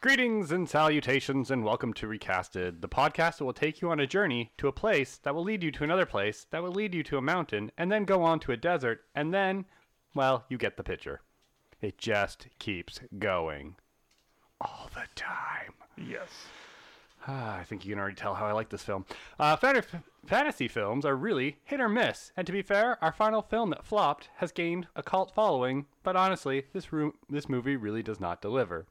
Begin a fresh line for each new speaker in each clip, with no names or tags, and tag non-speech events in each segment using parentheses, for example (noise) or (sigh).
Greetings and salutations, and welcome to Recasted, the podcast that will take you on a journey to a place that will lead you to another place that will lead you to a mountain and then go on to a desert, and then, well, you get the picture. It just keeps going. All the time.
Yes.
Ah, I think you can already tell how I like this film. Uh, fan- fantasy films are really hit or miss, and to be fair, our final film that flopped has gained a cult following, but honestly, this, room, this movie really does not deliver.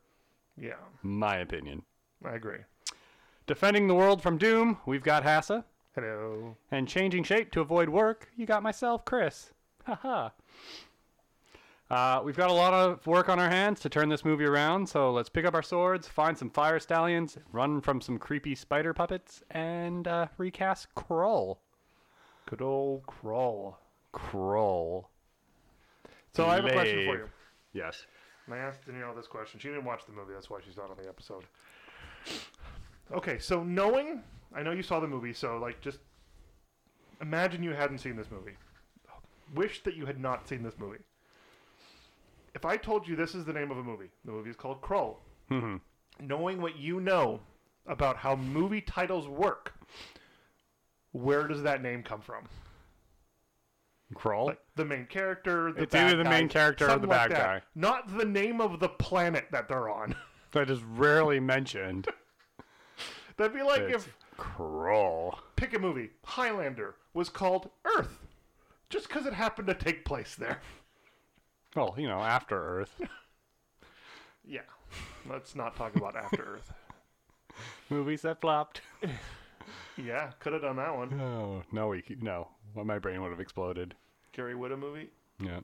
Yeah,
My opinion.
I agree.
Defending the world from doom, we've got Hassa.
Hello.
And changing shape to avoid work, you got myself, Chris. Haha. Uh, we've got a lot of work on our hands to turn this movie around, so let's pick up our swords, find some fire stallions, run from some creepy spider puppets, and uh, recast Kroll.
Good old crawl.
Kroll.
So I have a question for
Slave.
you.
Yes.
And I asked Danielle this question. She didn't watch the movie. That's why she's not on the episode. Okay, so knowing, I know you saw the movie, so like just imagine you hadn't seen this movie. Wish that you had not seen this movie. If I told you this is the name of a movie, the movie is called Crawl.
hmm
Knowing what you know about how movie titles work, where does that name come from?
Kroll?
like the main character. The
It's
bad
either the main
guy,
character or the
something like
bad
that.
guy.
Not the name of the planet that they're on. (laughs)
that is rarely (laughs) mentioned.
That'd be like
It's
if
Kroll.
pick a movie, Highlander was called Earth, just because it happened to take place there. (laughs)
Well, you know, after Earth.
Yeah, let's not talk about After
(laughs)
Earth.
(laughs) Movies that flopped.
Yeah, could have done that one.
Oh no, we no. Well, my brain would have exploded.
Gary Whitta movie.
Yeah.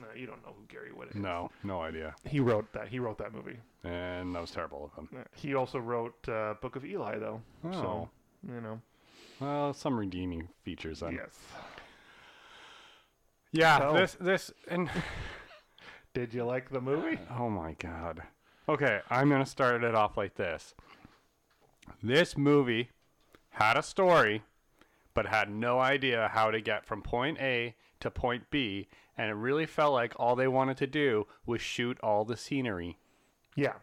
No, you don't know who Gary Whitta is.
No, no idea.
he wrote that. He wrote that movie.
And that was terrible of him.
Yeah. He also wrote uh, Book of Eli, though. So
Oh.
you know,
Well, some redeeming features. Then.
yes.
Yeah.
So-
This. This. And
Did you like
(sighs)
the movie?
(laughs) oh my god. Okay, I'm gonna start it off like this. This movie had a story, but had no idea how to get from point A to point B, and it really felt like all they wanted to do was shoot all the scenery.
Yeah.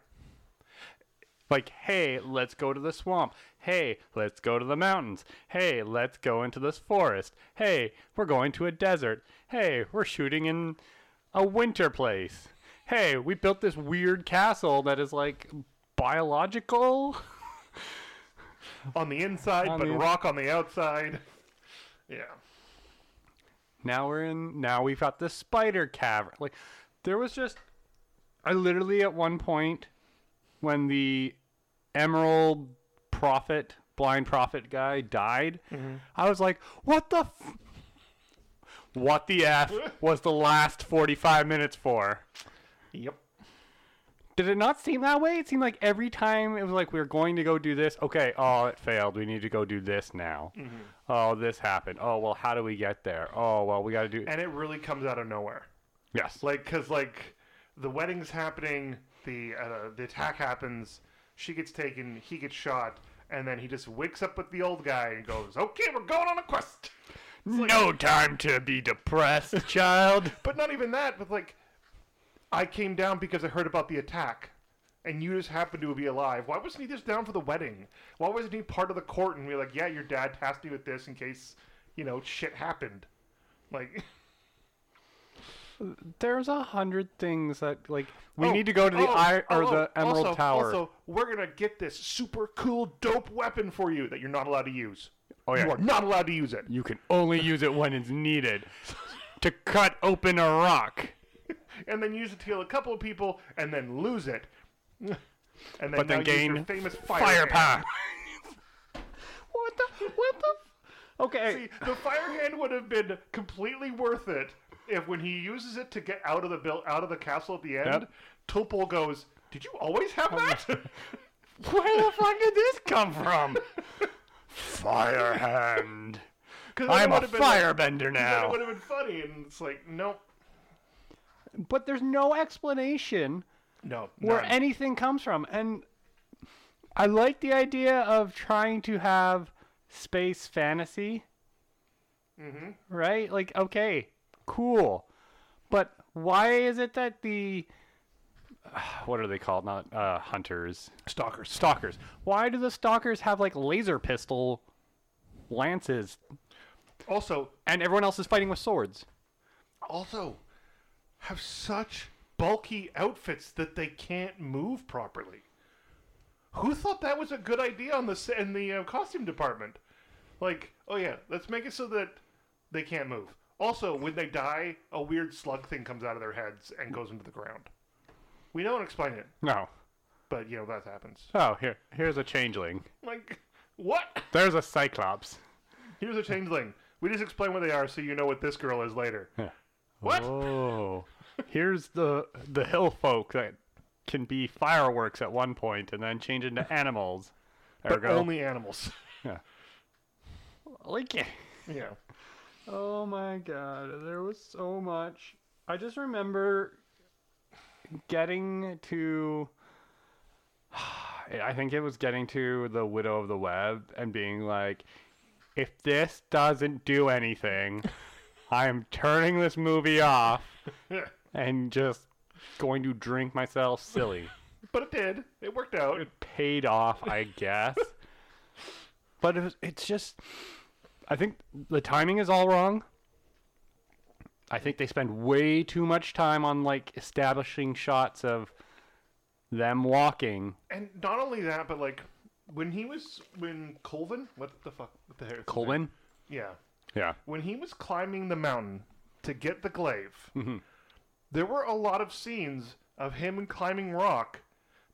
Like, hey, let's go to the swamp. Hey, let's go to the mountains. Hey, let's go into this forest. Hey, we're going to a desert. Hey, we're shooting in a winter place. Hey, we built this weird castle that is like biological.
on the inside,
On
but
the in-
rock on the outside. (laughs) Yeah.
Now we're in. Now we've got this spider cavern. Like, there was just. I literally at one point, when the Emerald Prophet, blind prophet guy died, I was like, "What the? F- what the f was the last forty-five minutes for?"
Yep.
Did it not seem that way? It seemed like every time it was like we were going to go do this. Okay, oh, it failed. We need to go do this now. Oh, this happened. Oh, well, how do we get there? Oh, well, we got to do.
And it really comes out of nowhere.
Yes.
Like, cause like the wedding's happening, the uh, the attack happens. She gets taken. He gets shot. And then he just wakes up with the old guy and goes, "Okay, we're going on a quest."
no time to be (laughs) depressed, child.
But not even that. But like, I came down because I heard about the attack, and you just happened to be alive. Why wasn't he just down for the wedding? Why wasn't he part of the court and be like, yeah, your dad tasked me with this in case you know shit happened? Like,
There's a hundred things that like (laughs) we
oh,
need to go to the
oh,
I- or
oh,
the
oh,
Emerald
also-
Tower.
Also, we're gonna get this super cool, dope weapon for you that you're not allowed to use.
Oh, yeah.
You are not allowed to use it.
You can only use it when it's (laughs) needed to cut open a rock.
and then use it to kill a couple of people, and then lose it. (laughs) And then,
But then
now use your
gain
famous fire hand.
Firepower. (laughs) what the? What the? Okay.
See, the fire hand would have been completely worth it if when he uses it to get out of the bill out of the castle at the end,
Yep.
Topol goes, "Did you always have that?"
Where the fuck did this come (laughs) from? Firehand.
(laughs) 'Cause then it
I'm a
would have been like-
firebender
then It
now.
would have been funny, and it's like, nope,
But there's no explanation
no,
where
none.
anything comes from. And I like the idea of trying to have space fantasy. Mm-hmm. Right? Like, okay, cool. But why is it that the (sighs) what are they called? Not uh, hunters,
Stalkers.
stalkers. Why do the stalkers have like laser pistol lances,
Also,
and everyone else is fighting with swords?
also have such bulky outfits that they can't move properly. Who thought that was a good idea on the s- in the uh, costume department? Like, oh yeah, let's make it so that they can't move. Also, when they die, a weird slug thing comes out of their heads and goes into the ground. We don't explain it,
No.
but you know that happens.
Oh, here, here's a changeling.
Like, (laughs) what?
There's a cyclops.
Here's a changeling. We just explain what they are, so you know what this girl is later. What?
Oh, here's the the hill folk that can be fireworks at one point and then change into animals.
But
Ergo,
only animals. (laughs)
like,
yeah.
oh my god, there was so much. I just remember getting to. (sighs) I think it was getting to the Widow of the Web and being like, if this doesn't do (laughs) anything, I am turning this movie off and just going to drink myself (laughs) silly.
but it did. It worked out.
paid off, I guess. but it was, it's just, I think the timing is all wrong. I think they spend way too much time on like establishing shots of them walking.
And not only that, but like when he was when Colvin, what the fuck, what the hair?
Colvin.
Yeah,
Yeah.
when he was climbing the mountain to get the glaive,
Mhm.
there were a lot of scenes of him climbing rock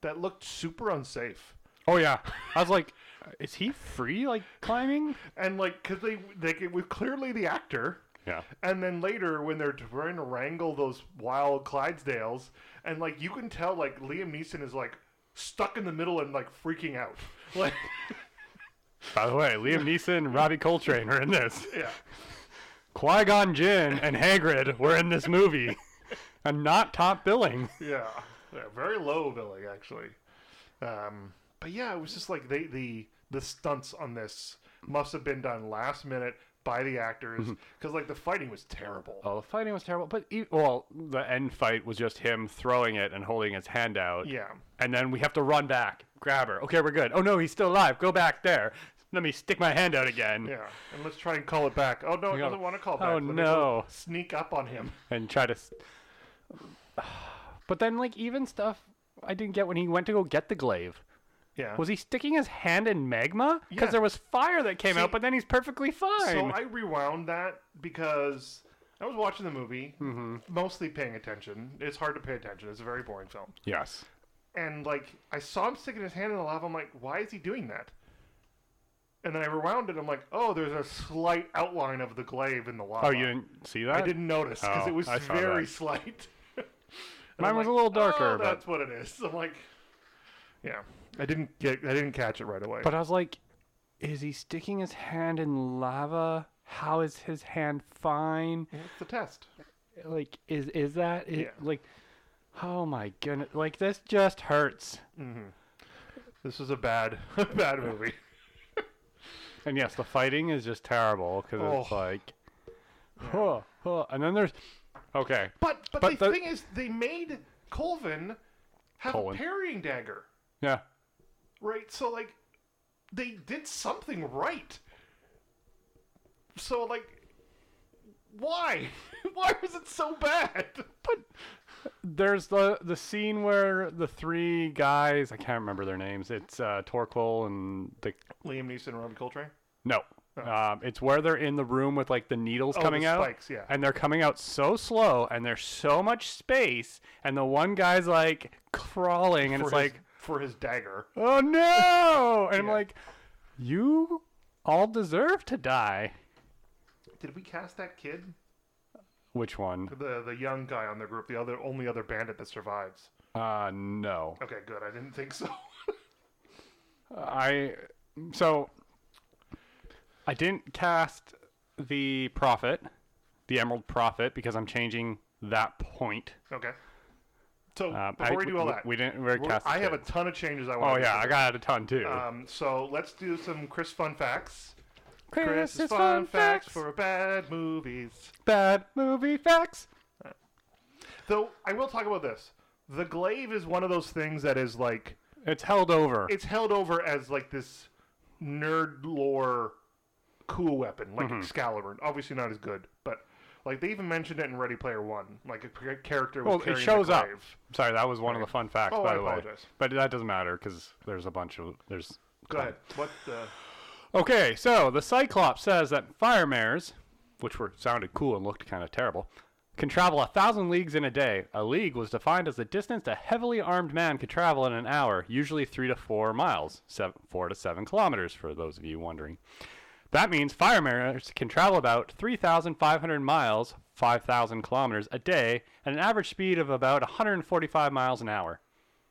that looked super unsafe.
Oh yeah. I was like, is he free like climbing?
And like, cause they they it was clearly the actor.
Yeah.
And then later, when they're trying to wrangle those wild Clydesdales, and like you can tell, like Liam Neeson is like stuck in the middle and like freaking out. (laughs) Like,
By the way, Liam Neeson and Robbie Coltrane are in this.
yeah,
Qui Gon Jinn and Hagrid were in this movie, (laughs) and not top billing.
yeah, yeah very low billing actually. Um, but yeah, it was just like they the the stunts on this must have been done last minute by the actors because like the fighting was terrible.
Mm-hmm. Oh, the fighting was terrible, but e- well, the end fight was just him throwing it and holding his hand out,
Yeah,
and then we have to run back, grab her. Okay, we're good. Oh no, he's still alive. Go back there. Let me stick my hand out again
yeah, and let's try and call it back. Oh no, it
Yeah.
doesn't want to call back.
Oh,
Let me go
no.
sneak up on him.
and try to. s- (sighs) But then, like even stuff I didn't get when he went to go get the glaive.
Yeah,
Was he sticking his hand in magma? Because
Yeah.
there was fire that came
See-
out, but then he's perfectly fine.
So I rewound that because I was watching the movie,
Mm-hmm.
mostly paying attention. It's hard to pay attention. It's a very boring film.
yes.
And like, I saw him sticking his hand in the lava. I'm like, why is he doing that? And then I rewound it. I'm like, oh, there's a slight outline of the glaive in the lava.
Oh, you didn't see that?
I didn't notice because
Oh,
it was
I saw
very
that.
slight. (laughs) And
Mine
I'm
was
like,
a little
Oh,
darker, but-
that's what it is. (laughs) I'm like, yeah. I didn't get. I didn't catch it right away.
But I was like, is he sticking his hand in lava? How is his hand fine?
it's the test.
Like, is is that it?
Yeah.
Like, oh my goodness! Like this just hurts.
This is a bad, bad movie.
And yes, the fighting is just terrible because it's (sighs)
Oh.
like, huh, huh. (sighs) And then there's, okay,
But but,
But
the,
the-
thing is, they made Colvin have
Colin.
a parrying dagger,
yeah,
right? So like, they did something right. So like, why? (laughs) why was it so bad? But
there's the the scene where the three guys I can't remember their names. It's uh, Torquil and the
Liam Neeson and Robbie Coltrane.
no. Um, it's where they're in the room with like the needles
Oh, the
coming out.
spikes, yeah.
and they're coming out so slow and there's so much space and the one guy's like crawling and
for
it's
his-
like
for his dagger.
oh
(laughs)
no and i'm
Yeah.
like you all deserve to die
Did we cast that kid,
which one
the the young guy on the group, the other only other bandit that survives?
uh no
Okay, good. I didn't think so. (laughs)
i so i didn't cast the prophet the emerald prophet because i'm changing that point
okay. So
um,
before
I,
we do all
we,
that,
we didn't really
We're-
cast the
I have a
kid.
ton of changes I want.
oh
to
yeah i got a ton too
Um, so let's do some Chris fun facts.
Chris's
for bad movies.
bad movie facts
Though I will talk about this. The glaive is one of those things that is like
It's held over.
it's held over as like this nerd lore cool weapon, like
Mm-hmm.
Excalibur. Obviously not as good, but like they even mentioned it in Ready Player One. Like a c- character was
Well, it
carrying the
shows up.
glaive.
Sorry, that was one of the fun facts,
Oh,
by
I
the way.
apologize.
But that doesn't matter because there's a bunch of there's.
Go ahead. What the?
Okay, so the Cyclops says that fire mares, which were sounded cool and looked kind of terrible, can travel a thousand leagues in a day. A league was defined as the distance a heavily armed man could travel in an hour, usually three to four miles, seven, four to seven kilometers, for those of you wondering. That means fire mariners can travel about 3,500 miles, 5,000 kilometers a day, at an average speed of about 145 miles an hour.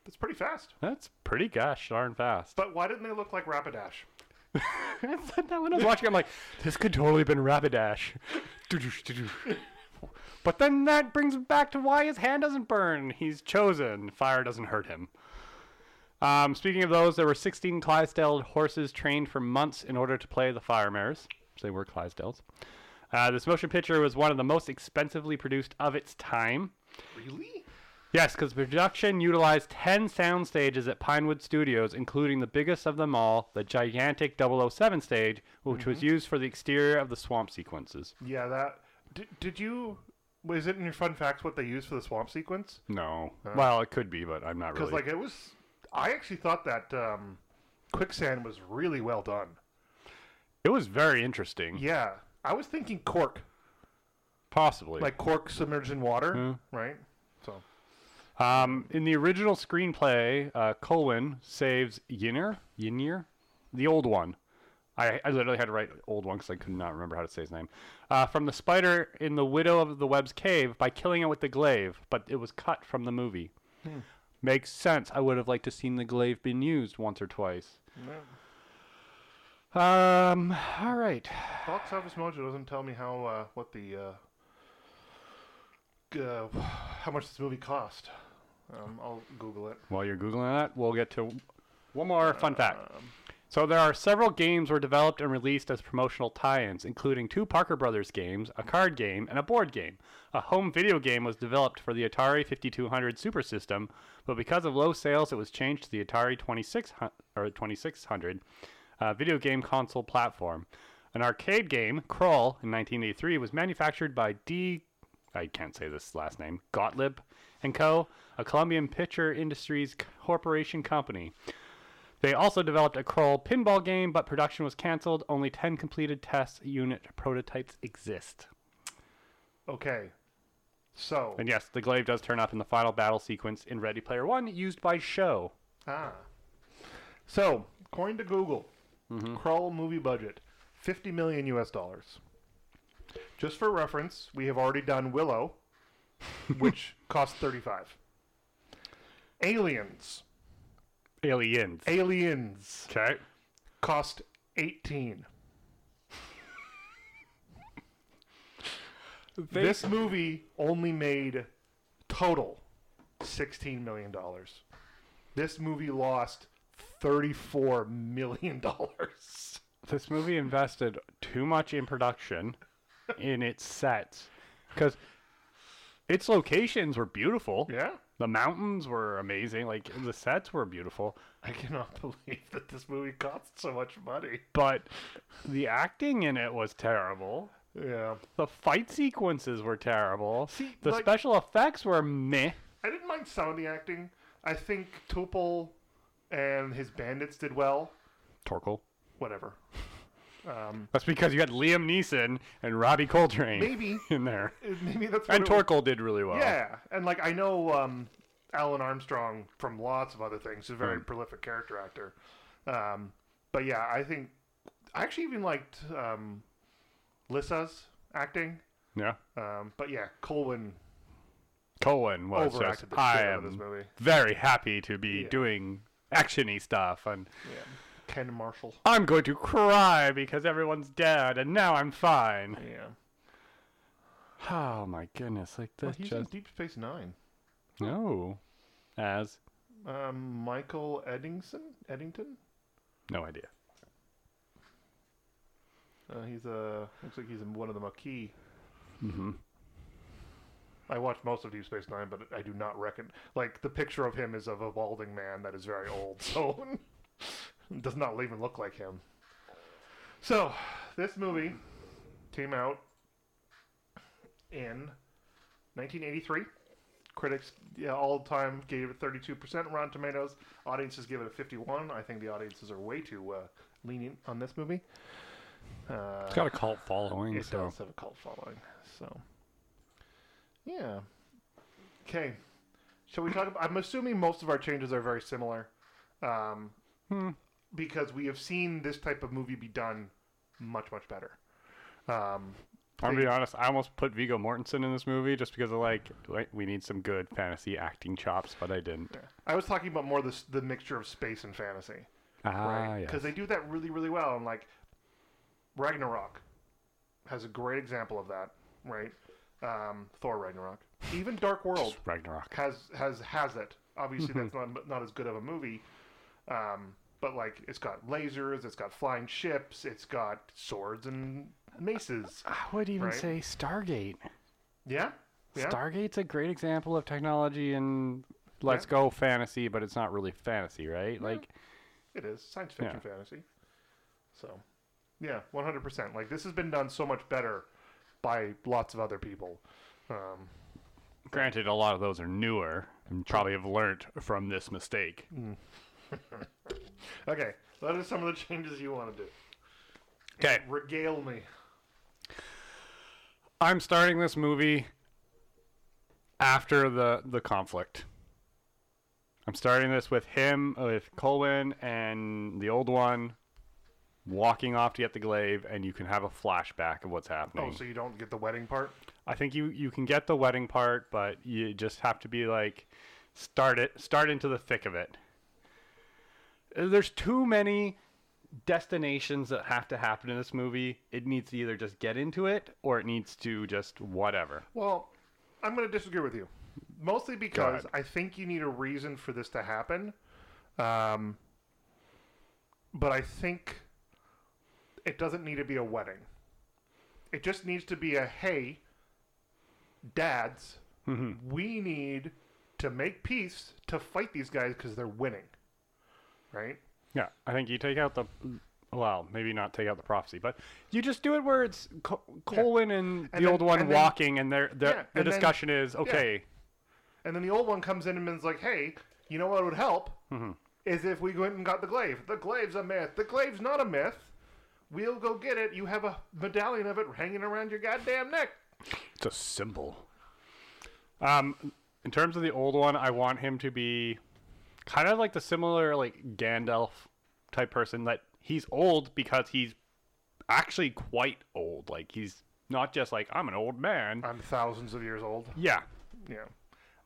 That's pretty fast.
That's pretty gosh darn fast.
But why didn't they look like Rapidash?
(laughs) I thought that when I was watching, I'm like, this could totally have been Rapidash. Doo-doosh, doo-doosh. but then that brings me back to why his hand doesn't burn. He's chosen. Fire doesn't hurt him. Um, speaking of those, there were 16 Clydesdale horses trained for months in order to play the Fire Mares. So they were Clydesdales. Uh, this motion picture was one of the most expensively produced of its time.
Really?
Yes, because production utilized 10 sound stages at Pinewood Studios, including the biggest of them all, the gigantic 007 stage, which was
Mm-hmm.
used for the exterior of the swamp sequences.
Yeah, that. Did, did you? Was it in your fun facts what they used for the swamp sequence?
No. well, it could be, but I'm not
Because
really.
like it was, I actually thought that um, quicksand was really well done.
it was very interesting.
Yeah, I was thinking cork,
Possibly.
like cork submerged in water, right? So
Um, in the original screenplay, uh, Colwyn saves Yinir, Yinir, the old one. I, I literally had to write old one because I could not remember how to say his name. Uh, from the spider in the widow of the web's cave by killing it with the glaive, but it was cut from the movie. Makes sense. I would have liked to seen the glaive been used once or twice. Um. All right.
box office mojo doesn't tell me how uh, what the uh, g- uh, (sighs) how much this movie cost. Um, I'll Google it.
While you're googling that, we'll get to one more fun fact. So there are several games were developed and released as promotional tie-ins, including two Parker Brothers games, a card game, and a board game. A home video game was developed for the Atari 5200 Super System, but because of low sales, it was changed to the Atari 2600 or 2600 uh, video game console platform. An arcade game, Crawl, in 1983 was manufactured by D I can't say this last name, Gottlieb and Co., a Colombian picture industries corporation company. They also developed a Kroll pinball game, but production was canceled. Only 10 completed test unit prototypes exist.
Okay, so
And yes, the glaive does turn up in the final battle sequence in Ready Player One, used by Show.
ah, so according to Google, crawl movie budget, fifty million U.S. dollars. Just for reference, we have already done Willow, which cost thirty-five. Aliens.
Aliens.
Aliens
Okay.
cost 18. This movie only made total 16 million dollars. This movie lost 34 million dollars.
this movie invested too much in production in its sets because its locations were beautiful.
Yeah.
The mountains were amazing. Like the sets were beautiful,
I cannot (laughs) believe that this movie cost so much money.
but the acting in it was terrible.
Yeah.
The fight sequences were terrible.
See,
the
like-
special effects were meh.
I didn't mind some of the acting. I think Tupel and his bandits did well.
Torkel.
Whatever. (laughs) Um,
That's because you had Liam Neeson and Robbie Coltrane
(laughs) maybe
(laughs) in there,
maybe that's what
and
it was.
Torkel did really well.
Yeah, and like I know um, Alan Armstrong from lots of other things. He's a
Hmm.
very prolific character actor. Um, but yeah, I think I actually even liked um, Lissa's acting.
Yeah.
Um, but yeah, Colwyn
Cohen was Oh, just.
overacted the
I
shit out of this
am
movie.
very happy to be
Yeah.
doing actiony stuff and
Yeah. Ken Marshall.
I'm going to cry because everyone's dead and now I'm fine.
Yeah.
Oh my goodness, like
Well,
that's
he's
just
in Deep Space Nine.
no. As
Um, Michael Eddington. Eddington.
no idea.
Uh, he's a looks like he's in one of the Maquis. I watched most of Deep Space Nine, but I do not reckon. Like the picture of him is of a balding man that is very old, so (laughs) does not even look like him. So, this movie came out in 1983. Critics yeah, all time gave it 32% Rotten Tomatoes. Audiences give it a 51. I think the audiences are way too uh, lenient on this movie. Uh,
It's got a cult following,
it
so
does have a cult following. So, yeah. Okay. Shall we talk? About, I'm assuming most of our changes are very similar, um,
Hmm.
because we have seen this type of movie be done much much better. Um,
I'm gonna be honest. I almost put Vigo Mortensen in this movie just because of like, like we need some good fantasy acting chops, but I didn't.
I was talking about more the s- the mixture of space and fantasy,
Ah,
right?
yes.
Because they do that really really well. And like Ragnarok has a great example of that, right? Um, Thor Ragnarok, even Dark World.
Ragnarok.
has has has it. Obviously, that's
Mm-hmm.
not not as good of a movie, um, but like it's got lasers, it's got flying ships, it's got swords and maces.
I would even
Right.
say Stargate.
Yeah, yeah.
Stargate's a great example of technology and let's go fantasy, but it's not really fantasy, right? Like,
It is science fiction
Yeah.
fantasy. So, yeah, one hundred percent. Like this has been done so much better by lots of other people. Um,
granted, a lot of those are newer and probably have learnt from this mistake.
Mm. okay, what are some of the (laughs) changes you want to do?
Okay,
Regale me.
I'm starting this movie after the the conflict. I'm starting this with him, with Colwyn and the old one walking off to get the glaive, and you can have a flashback of what's happening.
Oh, so you don't get the wedding part?
I think you you can get the wedding part, but you just have to be like start it start into the thick of it. There's too many destinations that have to happen in this movie. It needs to either just get into it or it needs to just whatever.
Well, I'm going to disagree with you, mostly because
ahead.
I think you need a reason for this to happen. Um, but I think it doesn't need to be a wedding. It just needs to be a hey, dads, we need to make peace to fight these guys because they're winning, right?
Yeah, I think you take out the well, maybe not take out the prophecy, but you just do it where it's Col- Colwyn and the
then-
old one
and then-
walking, and their their
Yeah,
the
and then-
discussion is okay.
And then the old one comes in and is like, hey, you know what would help?
Mm-hmm.
Is if we went and got the glaive. The glaive's a myth. The glaive's not a myth. We'll go get it. You have a medallion of it hanging around your goddamn neck.
It's a symbol. Um, in terms of the old one, I want him to be kind of like the similar like Gandalf type person that he's old because he's actually quite old. Like he's not just like I'm an old man.
I'm thousands of years old.
yeah.
Yeah.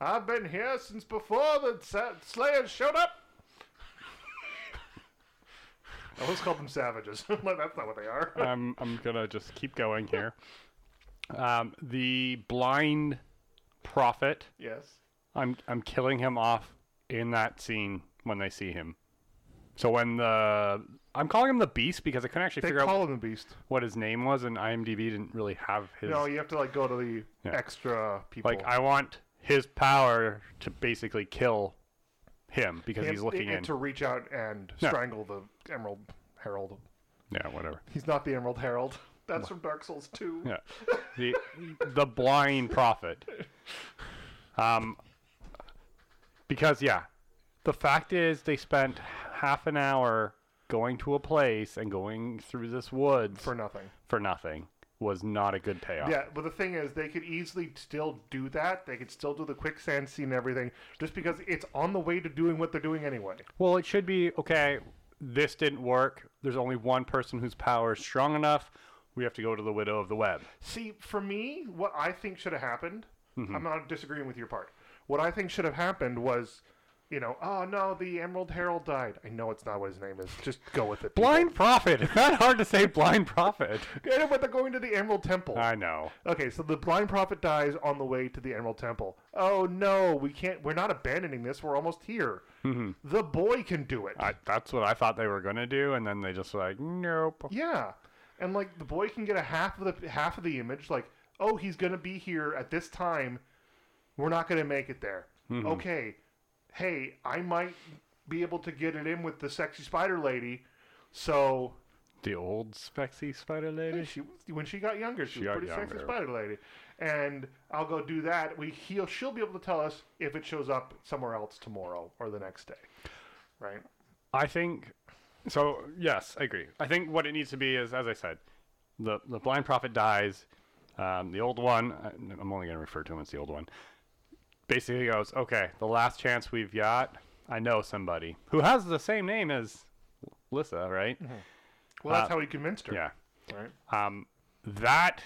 I've been here since before the sa- slayers showed up. I almost called them savages. (laughs) Like, That's not what they are.
I'm I'm gonna just keep going here. Um, the blind prophet.
yes.
I'm I'm killing him off in that scene when they see him. So when the I'm calling him the beast because I couldn't actually
They
figure out
call him the beast.
what his name was, and IMDb didn't really have his.
No, you have to like go to the
Yeah.
extra people.
like, I want his power to basically kill him because he's
And-
looking
and
in.
to reach out and
No.
strangle the Emerald Herald.
yeah, whatever.
He's not the Emerald Herald. That's from Dark Souls 2.
Yeah, the the blind prophet. Um, because yeah, the fact is they spent half an hour going to a place and going through this woods
For nothing.
for nothing was not a good payoff.
Yeah, but the thing is, they could easily still do that. They could still do the quicksand scene and everything, just because it's on the way to doing what they're doing anyway.
Well, it should be okay. This didn't work. There's only one person whose power is strong enough. We have to go to the widow of the web.
See, for me, what I think should have happened,
Mm-hmm.
I'm not disagreeing with your part. What I think should have happened was, you know, oh no, the Emerald Herald died. I know it's not what his name is. Just go with it. people.
Blind prophet. It's not hard to say blind prophet.
Yeah, but they're going to the Emerald Temple.
I know.
Okay, so the blind prophet dies on the way to the Emerald Temple. Oh no, we can't. We're not abandoning this. We're almost here. The boy can do it.
I, that's what I thought they were gonna do, and then they just were like, nope.
yeah, and like the boy can get a half of the half of the image. Like, oh, he's gonna be here at this time. We're not going to make it there.
Mhm.
Okay, hey, I might be able to get it in with the sexy spider lady. So
The old spexy spider lady.
she, when she got younger,
She
she, was
got
pretty sexy
younger.
spider lady. And I'll go do that. We he'll she'll be able to tell us if it shows up somewhere else tomorrow or the next day, right?
I think so. Yes, I agree. I think what it needs to be is, as I said, the the blind prophet dies. Um, the old one. I- I'm only going to refer to him as the old one. Basically goes, okay, the last chance we've got. I know somebody who has the same name as Lissa, right?
Well, that's
Uh,
how he convinced her,
Yeah.
right?
Um, that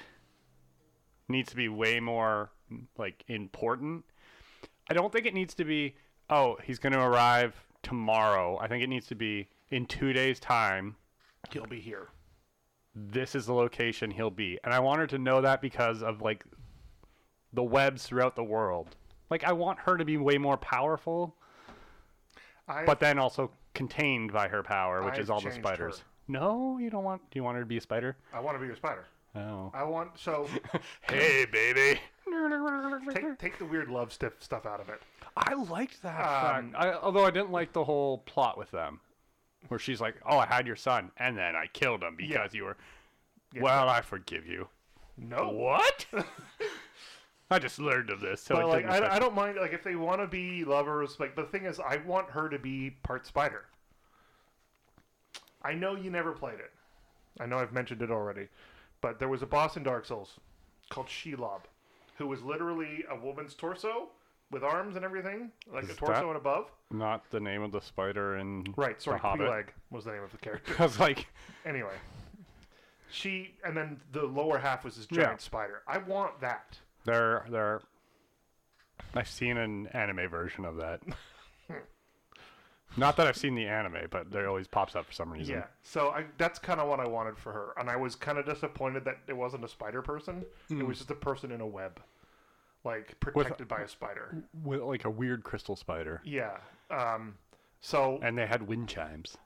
needs to be way more like important. I don't think it needs to be. Oh, he's going to arrive tomorrow. I think it needs to be in two days' time.
He'll be here.
this is the location he'll be. And I want her to know that because of like the webs throughout the world. Like I want her to be way more powerful,
I,
but then also contained by her power, which
I've
is all the
changed her.
spiders. No, you don't want do you want her to be a spider?
I want to be a spider.
Oh.
I want so
Hey (laughs) baby.
take take the weird love stuff stuff out of it.
I liked that
Um,
fact. Uh, I, although I didn't like the whole plot with them. Where she's like, Oh, I had your son and then I killed him because you were Well, I forgive you.
No, (laughs)
What? I just learned of this. So
but
it
like
didn't
I,
affect
I don't mind like if they want to be lovers. Like the thing is, I want her to be part spider. I know you never played it. I know I've mentioned it already, but there was a boss in Dark Souls called Shelob, who was literally a woman's torso with arms and everything, like a
Is
torso
that-
and above.
Not the name of the spider in (laughs)
Right, sorry,
The Hobbit.
Peleg was the name of the character. (laughs)
I was like,
Anyway, she and then the lower half was this giant
Yeah.
spider. I want that.
there, there. I've seen an anime version of that. Not that I've seen the anime, but there always pops up for some reason.
Yeah. So I, that's kind of what I wanted for her, and I was kind of disappointed that it wasn't a spider person. It was just a person in a web, like protected by Hmm. a spider.
With like a weird crystal spider,
Yeah. Um. So
and they had wind chimes.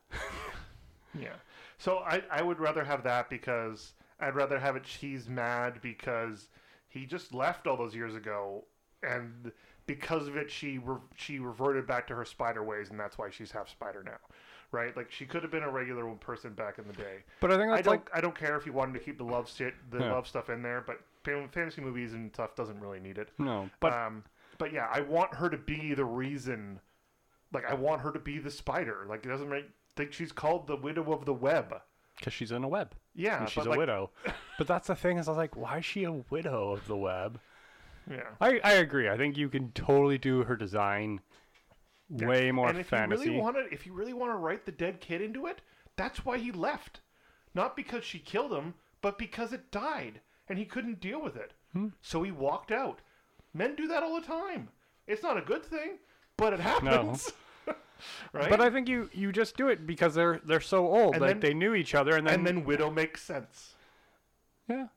yeah. So I I would rather have that because I'd rather have it. She's mad because he just left all those years ago, and because of it, she re- she reverted back to her spider ways, and that's why she's half spider now. Right, like she could have been a regular person back in the day.
But I think
I
that's
don't.
like
I don't care if you wanted to keep the love shit, the
Yeah.
love stuff in there, but fam- fantasy movies and stuff doesn't really need it.
no. But
um, but yeah, I want her to be the reason. Like, I want her to be the spider. Like, it doesn't make. Think she's called the widow of the web.
because she's in a web,
Yeah,
and she's
but
a
like-
widow. But that's the thing is, I was like, why is she a widow of the web?
Yeah.
I, I agree. I think you can totally do her design way more
and if
fantasy.
you really want to, if you really want to write the dead kid into it, that's why he left. Not because she killed him, but because it died and he couldn't deal with it.
Hmm.
So he walked out. Men do that all the time. It's not a good thing, but it happens. (laughs) right?
But I think you you just do it because they're they're so old.
And
like
then-
they knew each other, and then,
and then widow makes sense.
yeah,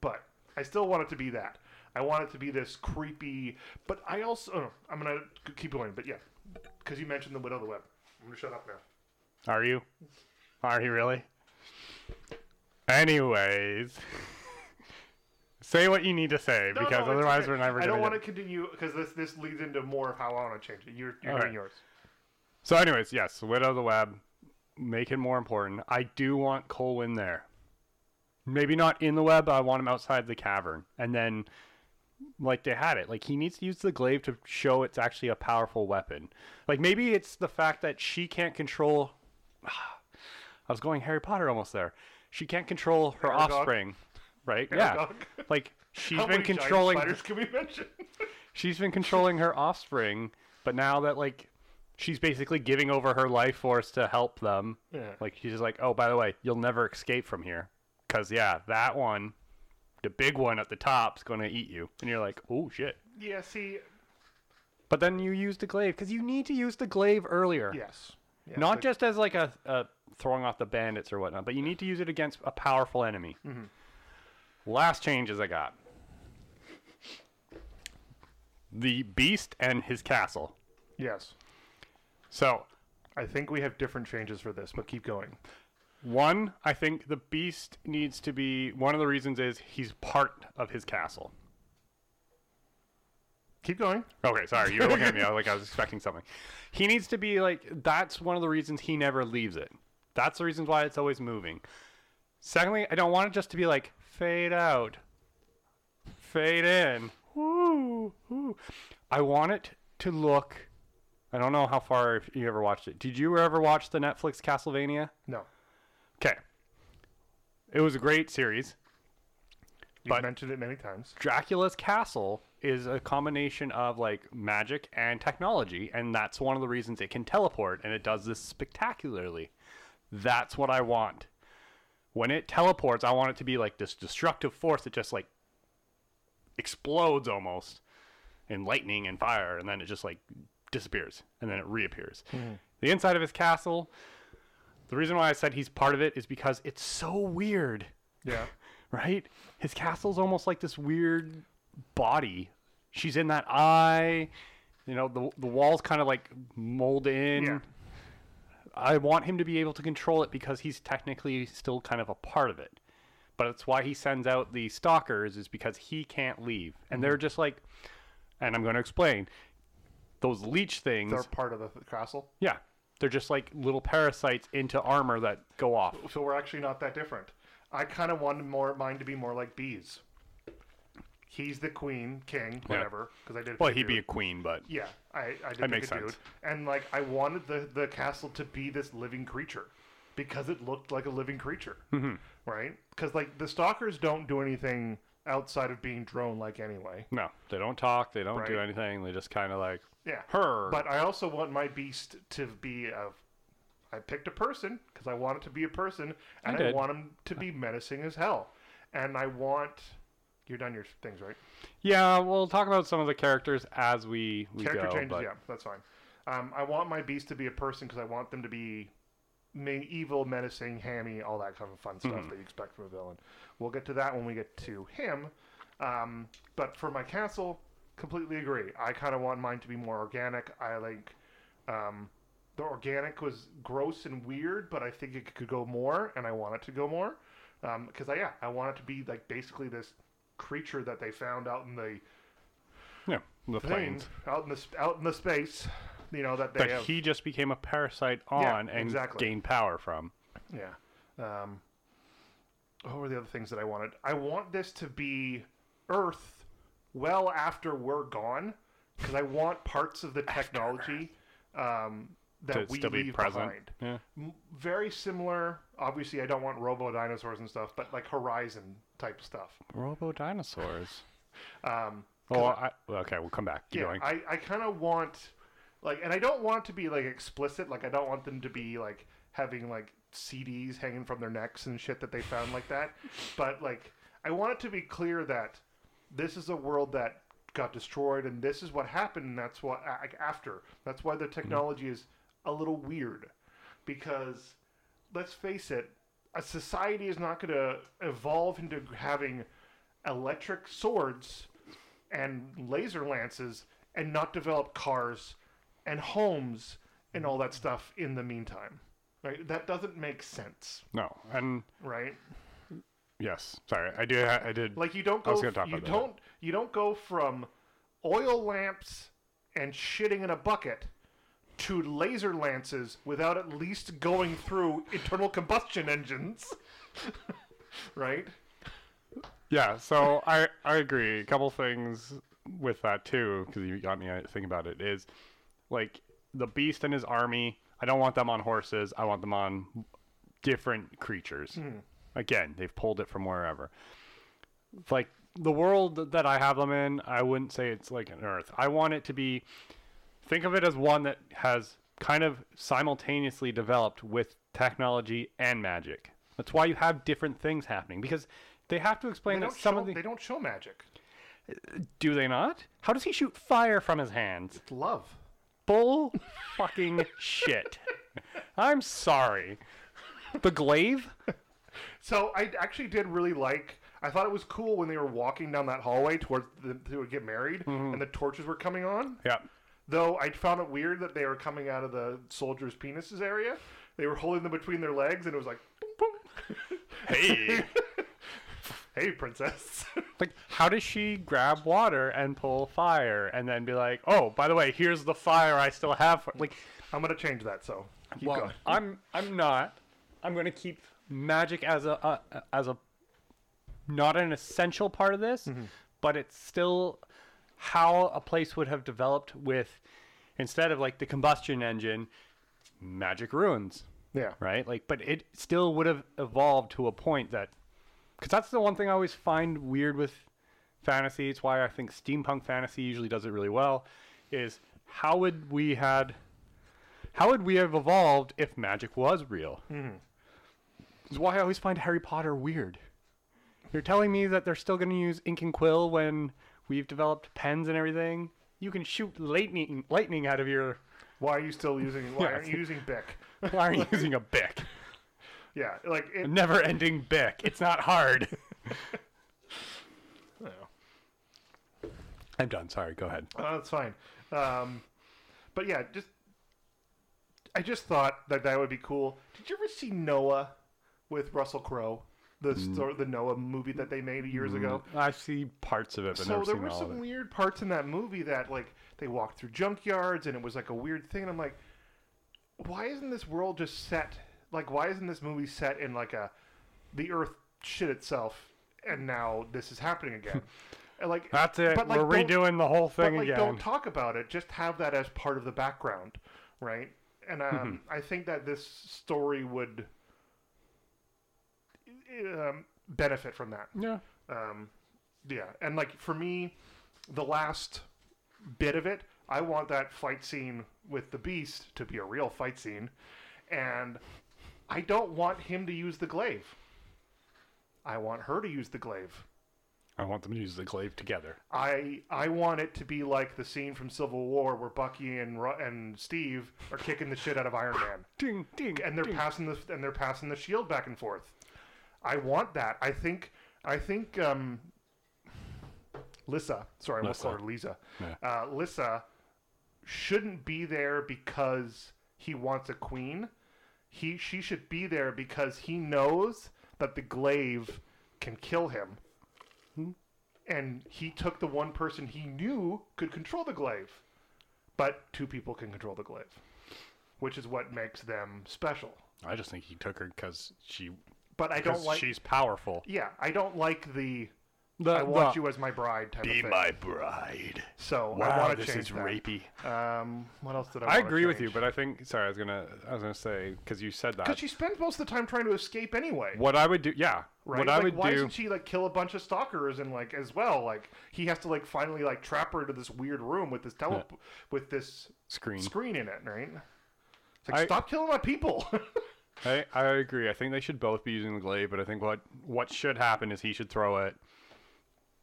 But I still want it to be that. I want it to be this creepy. But I also, oh, I'm gonna keep going. But yeah, because you mentioned the widow of the web. I'm gonna shut up now.
are you? Are you really? Anyways, (laughs) say what you need to say
No,
because
no, it's
otherwise
okay.
we're never.
I
gonna
don't want
get-
to continue because this this leads into more of how I want to change it. You're, you're
All
doing
right.
yours.
So, anyways, yes, Widow of the Web, make it more important. I do want Colwyn there. Maybe not in the web, but I want him outside the cavern. And then, like, they had it. Like, he needs to use the glaive to show it's actually a powerful weapon. Like, maybe it's the fact that she can't control. (sighs) I was going Harry Potter almost there. She can't control her
Aragog?
offspring, right?
Aragog?
Yeah. Like, she's
How
been
many giant
controlling
spiders can we (laughs) mention?
she's been controlling her offspring, but now that like she's basically giving over her life force to help them,
Yeah.
like she's just like, oh, by the way, you'll never escape from here, because yeah, that one, the big one at the top's gonna eat you, and you're like, oh shit.
yeah. See.
But then you use the glaive because you need to use the glaive earlier,
Yes. Yeah,
not
but-
just as like a, a throwing off the bandits or whatnot, but you need to use it against a powerful enemy. Last changes I got. The beast and his castle.
Yes.
So,
I think we have different changes for this, but keep going.
one, I think the beast needs to be one of the reasons is he's part of his castle.
Keep going.
Okay, sorry. You were looking at me I- like I was expecting something. He needs to be like that's one of the reasons he never leaves it. That's the reason why it's always moving. Secondly, I don't want it just to be like fade out, fade in. Woo, woo. I want it to look. I don't know how far if you ever watched it. Did you ever watch the Netflix Castlevania?
No.
Okay. It was a great series.
You've
But-
mentioned it many times.
Dracula's castle is a combination of like magic and technology, and that's one of the reasons it can teleport, and it does this spectacularly. That's what I want. When it teleports, I want it to be like this destructive force that just like explodes almost in lightning and fire, and then it just like disappears and then it reappears. The inside of his castle, the reason why I said he's part of it is because it's so weird
Yeah.
right? His castle's almost like this weird body. She's in that eye. You know, the the walls kind of like mold in.
Yeah.
I want him to be able to control it because he's technically still kind of a part of it. But it's why he sends out the stalkers is because he can't leave.
Mm-hmm.
And they're just like and I'm going to explain. Those leech things.
They're part of the th- castle.
yeah. They're just like little parasites into armor that go off.
So we're actually not that different. I kind of wanted more mine to be more like bees. He's the queen, king, whatever. Because I did.
Well,
pick
he'd be a
dude.
queen, but
Yeah, I, I did pick
makes
a dude.
sense.
And like, I wanted the the castle to be this living creature because it looked like a living creature, mm-hmm. right? Because like the stalkers don't do anything outside of being drone like anyway.
No, they don't talk. They don't do
Right.
anything. They just kind of like
Yeah.
her.
But I also want my beast to be a. I picked a person because I want it to be a person, and I
did.
want him to be menacing as hell. And I want. You're done your things, right?
yeah, we'll talk about some of the characters as we, we
Character
go.
changes,
but
yeah, that's fine. Um, I want my beast to be a person because I want them to be me evil, menacing, hammy, all that kind of fun stuff
Mm-hmm.
that you expect from a villain. We'll get to that when we get to him. Um, but for my castle, completely agree. I kind of want mine to be more organic. I like um, the organic was gross and weird, but I think it could go more, and I want it to go more because I yeah, I want it to be like basically this creature that they found out in the
yeah, the
thing
planes.
out in the sp- out in the space, you know that they
But
have.
he just became a parasite on
Yeah,
and
exactly.
gained power from.
yeah. Um, what were the other things that I wanted? I want this to be Earth well after we're gone, because I want parts of the technology um, that
To
we
still be
leave
present.
behind.
Yeah.
M- Very similar. Obviously, I don't want robo dinosaurs and stuff, but like Horizon type stuff.
Robo dinosaurs. (laughs)
Um,
Oh, I, okay. We'll come back. Keep
yeah,
going.
I, I kind of want like, and I don't want to be like explicit. Like, I don't want them to be like having like CDs hanging from their necks and shit that they found like that. But like, I want it to be clear that this is a world that got destroyed, and this is what happened. And that's what a- like, after. That's why the technology is a little weird, because let's face it, a society is not going to evolve into having electric swords and laser lances and not develop cars and homes and all that stuff in the meantime. Right? That doesn't make sense,
no, and
right?
yes, sorry. I do. I did.
Like you don't
I
go
was gonna talk
you
about that.
don't you don't go from oil lamps and shitting in a bucket to laser lances without at least going through internal combustion engines. (laughs) right?
Yeah, so I I agree. A couple things with that too, because you got me uh, thinking about it. Is like the beast and his army. I don't want them on horses. I want them on different creatures.
Hmm.
Again, they've pulled it from wherever. Like the world that I have them in, I wouldn't say it's like an Earth. I want it to be. Think of it as one that has kind of simultaneously developed with technology and magic. That's why you have different things happening because they have to
They
explain
don't,
that some
show,
of the
they don't show magic.
do they not? How does he shoot fire from his hands?
It's love.
Bull fucking shit. I'm sorry. The glaive?
So I actually did really like. I thought it was cool when they were walking down that hallway towards the, they would get married, and the torches were coming on.
Yeah.
Though I found it weird that they were coming out of the soldiers' penises area. They were holding them between their legs, and it was like, boom, boom.
Hey.
hey, princess. (laughs)
Like, how does she grab water and pull fire and then be like, oh, by the way, here's the fire I still have? For-. Like,
I'm gonna change that. So keep
well,
going.
I'm I'm not. I'm gonna keep magic as a uh, as a not an essential part of this, but it's still how a place would have developed with instead of like the combustion engine, magic ruins
Yeah.
right? Like, but it still would have evolved to a point that, because that's the one thing I always find weird with fantasy. It's why I think steampunk fantasy usually does it really well. Is how would we had, how would we have evolved if magic was real? It's why I always find Harry Potter weird. You're telling me that they're still going to use ink and quill when we've developed pens and everything. You can shoot lightning lightning out of your.
Why are you still using? Why
Yeah.
aren't you using Bic? (laughs)
Why are you using a bic?
Yeah, like it,
Never ending bic. It's not hard.
I don't know.
(laughs) I'm done. Sorry. Go ahead.
Oh, that's fine. Um, but yeah, just I just thought that that would be cool. Did you ever see Noah with Russell Crowe? The
Mm.
story, the Noah movie that they made years ago.
I see parts of it, but
So
Mm. never
there
seen
were
all
some
of it.
weird parts in that movie that like they walked through junkyards and it was like a weird thing. And I'm like, why isn't this world just set? Like, why isn't this movie set in like a the Earth shit itself and now this is happening again?
(laughs)
And, like
That's it.
but, like,
we're
don't-
redoing the whole thing
but like,
again.
don't talk about it. Just have that as part of the background, right? And um, I think that this story would um, benefit from that.
yeah.
Um, yeah, and like for me, the last bit of it, I want that fight scene with the Beast to be a real fight scene, and I don't want him to use the glaive. I want her to use the glaive.
I want them to use the glaive together.
I I want it to be like the scene from Civil War where Bucky and Ru- and Steve are kicking the shit out of Iron Man,
Ding, ding,
and they're
ding.
passing the and they're passing the shield back and forth. I want that. I think I think um, Lissa, sorry, I almost
Lissa.
called her Lisa.
Yeah.
Uh, Lissa shouldn't be there because he wants a queen. He she should be there because he knows that the glaive can kill him
Hmm.
and he took the one person he knew could control the glaive. But two people can control the glaive, which is what makes them special.
I just think he took her because she,
But I don't
because
like.
she's powerful.
Yeah, I don't like the
Uh,
"I want you as my bride" type of
be
thing.
my bride.
so I
Wow,
want to
this
change
is
that.
rapey.
Um, what else did I?
I agree with you, but uh, I think. Sorry, I was gonna. I was gonna say because you said that.
Because she spends most of the time trying to escape anyway.
what I would do, yeah.
Right?
What I
Like,
would
why
do.
doesn't she like kill a bunch of stalkers and like as well? Like he has to like finally like trap her to this weird room with this tele- with this
Screen.
screen in it, right? It's like,
I-
stop killing my people. (laughs)
I, I agree. I think they should both be using the glaive, but I think what what should happen is he should throw it.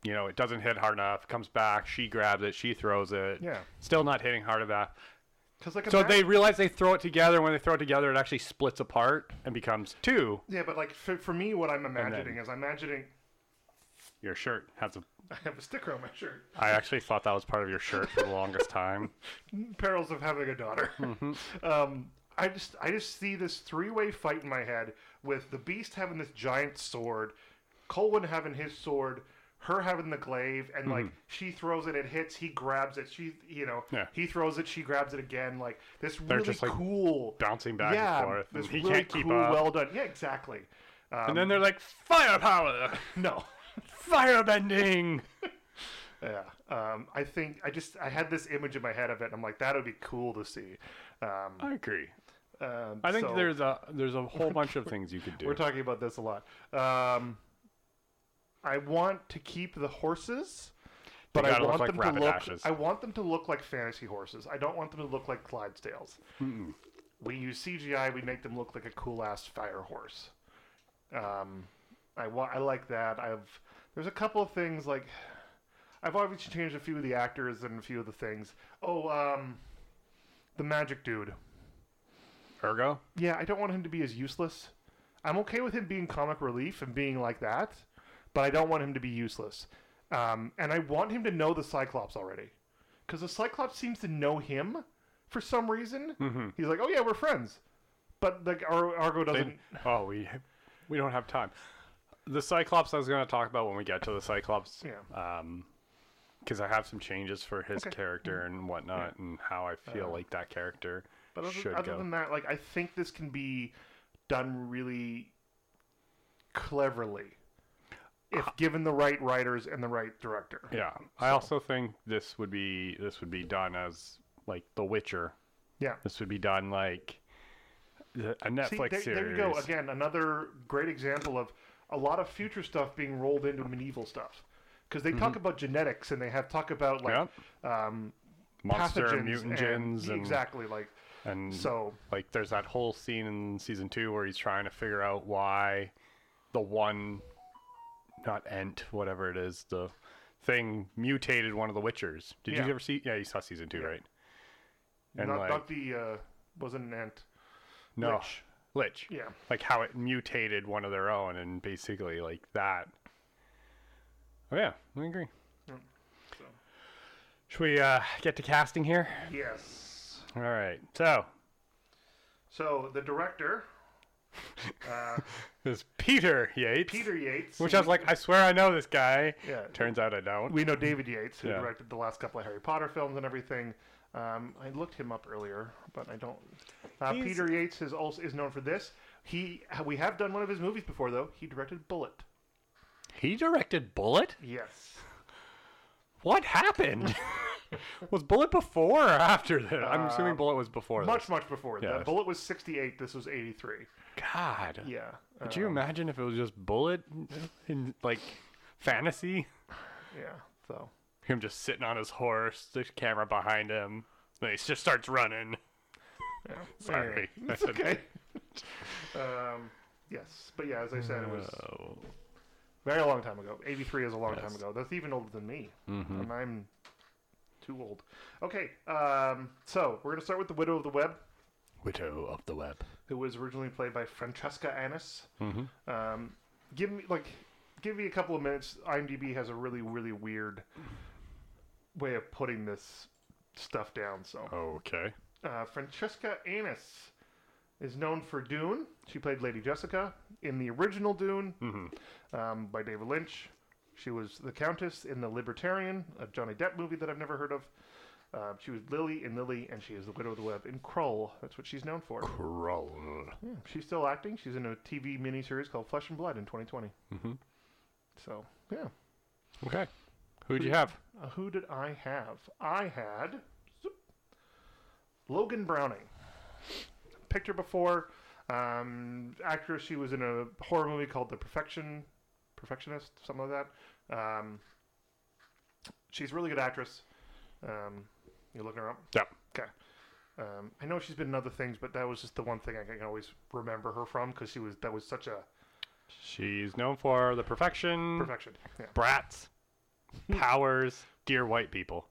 You know, it doesn't hit hard enough. Comes back, she grabs it, she throws it.
Yeah.
Still not hitting hard enough.
Because like,
So
imag-
they realize they throw it together. and When they throw it together, it actually splits apart and becomes two.
yeah, but like for, for me, what I'm imagining
then-
is I'm imagining (laughs)
Your shirt has a.
I have a sticker on my shirt.
I actually thought that was part of your shirt for the
(laughs)
longest time.
Perils of having a daughter.
Mm-hmm.
(laughs) Um, I just I just see this three way fight in my head with the Beast having this giant sword, Colwyn having his sword. Her having the glaive and like she throws it, it hits. He grabs it. She, you know,
Mm-hmm. Yeah.
he throws it. She grabs it again. Like this really
just, like,
cool,
Bouncing back
yeah,
and forth. And
this
he
really
can't keep
cool,
up.
well done. Yeah, exactly. Um,
and then they're like, firepower!
(laughs) no,
Firebending!
Yeah. Um, I think I just I had this image in my head of it. And I'm like, that would be cool to see. Um,
I agree.
um,
I think
so
there's a there's a whole bunch of things you could do.
we're talking about this a lot. Um, I want to keep the horses, but I
gotta look
want
like
them to look.
Rapidashes.
I want them to look like fantasy horses. I don't want them to look like Clydesdales. We use CGI. We make them look like a cool ass fire horse. Um, I wa- I like that. I've there's a couple of things like I've obviously changed a few of the actors and a few of the things. Oh, um, the magic dude.
Ergo?
Yeah, I don't want him to be as useless. I'm okay with him being comic relief and being like that, but I don't want him to be useless. Um, and I want him to know the Cyclops already, because the Cyclops seems to know him for some reason.
Mm-hmm.
He's like, "Oh yeah, we're friends," but like Ar- Argo doesn't.
oh, we we don't have time. the Cyclops I was going to talk about when we get to the Cyclops.
Yeah.
Um, because I have some changes for his
Okay. Uh,
character and whatnot, and how I feel like that character
But
should
other, other
go.
than that, like I think this can be done really cleverly if
Uh,
given the right writers and the right director.
yeah, I also think this would be this would be done as like The Witcher.
Yeah.
This would be done like the- a Netflix
See, there,
series.
there you go. Again, another great example of a lot of future stuff being rolled into medieval stuff. Because they
Mm-hmm.
talk about genetics and they have talk about like um,
Monster
pathogens
mutant
and-
gens and, Mm-hmm.
exactly like
and
so
Like there's that whole scene in season two where he's trying to figure out why the one, not Ent, whatever it is, the thing mutated one of the Witchers. Did
Yeah.
you ever see? Yeah, you saw season two, right? And
not,
like
not the uh, wasn't an ant.
no,
Lich.
Lich.
Yeah,
Like how it mutated one of their own, and basically like that. Oh yeah, I agree.
Mm, so.
Should we uh, get to casting here?
yes.
All right. So
So the director, uh,
it's Peter Yates.
Peter Yates,
Which I was like, I swear I know this guy.
yeah,
Turns out I don't.
we know David Yates, who
Yeah.
directed the last couple of Harry Potter films and everything. Um, I looked him up earlier, but I don't. Uh,
He's-
Peter Yates is also is known for this. He we have done one of his movies before though. He directed Bullet.
He directed Bullet?
Yes.
What
(laughs)
happened? was Bullet before or after that? I'm assuming
Um,
Bullet was before
Much much before
Yeah.
that. Bullet was sixty eight. This was eighty three.
this. God.
Yeah.
Could you
um,
imagine if it was just Bullet in like fantasy?
Yeah. So
Him just sitting on his horse, the camera behind him, and he just starts running.
yeah.
Sorry.
Anyway, it's okay. um, yes, but yeah, as I said, it was
(laughs) Oh.
Very long time ago. 83 is a long time
Yes.
ago. That's even older than me.
Mhm.
And I'm too old. Okay, um, so we're going to start with the Widow of the Web,
Widow of the Web.
who was originally played by Francesca Annis.
Mm-hmm.
Um, give me, like, give me a couple of minutes. IMDb has a really, really weird way of putting this stuff down. So,
Okay.
uh, Francesca Annis is known for Dune. She played Lady Jessica in the original Dune
Mm-hmm.
um, by David Lynch. She was the Countess in The Libertarian, a Johnny Depp movie that I've never heard of. Um, she was Lily in Lily, and she is the Widow of the Web in Krull. That's what she's known for.
Crawl.
Yeah, she's still acting. She's in a TV miniseries called Flesh and Blood in 2020.
Mm-hmm.
So, yeah.
Okay. Who'd you have?
Uh, who did I have? I had zoop, Logan Browning. Picture before. Um, actress, she was in a horror movie called The Perfection, Perfectionist, something like that. Um, she's a really good actress. Um, you looking her up?
Yep.
Okay. Um, I know she's been in other things, but that was just the one thing I can always remember her from because she was that was such a
She's known for the perfection.
perfection. Yeah.
brats,
(laughs)
powers, dear white people.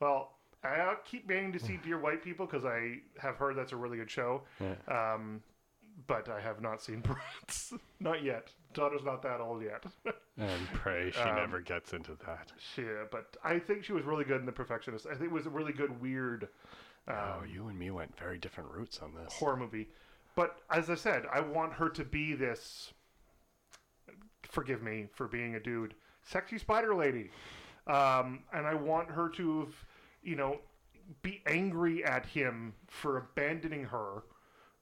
Well, I keep meaning to see Dear White People because I have heard that's a really good show.
Yeah.
Um, but I have not seen (laughs) Brats. not yet. Daughter's not that old yet. (laughs)
And pray she
Um,
never gets into that.
she, but I think she was really good in The Perfectionist. I think it was a really good, weird um,
oh, you and me went very different routes on this.
horror movie. But as I said, I want her to be this. Forgive me for being a dude, sexy spider lady, um, and I want her to, have, you know, be angry at him for abandoning her,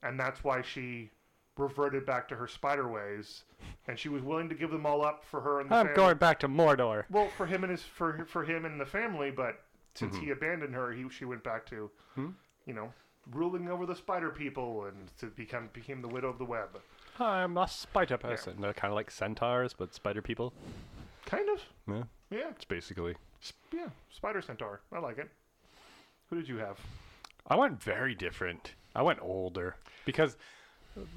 and that's why she reverted back to her spider ways, and she was willing to give them all up for her and the
I'm
family.
going back to Mordor.
Well, for him and his for for him and the family, but since he abandoned her, he she went back to,
Mm-hmm. Hmm.
you know, ruling over the spider people and to become became the widow of the web.
I'm a spider person. They're kind of like centaurs, but spider people.
Kind of,
Yeah,
yeah,
it's basically.
S- yeah. Spider centaur, I like it. Who did you have?
I went very different. I went older because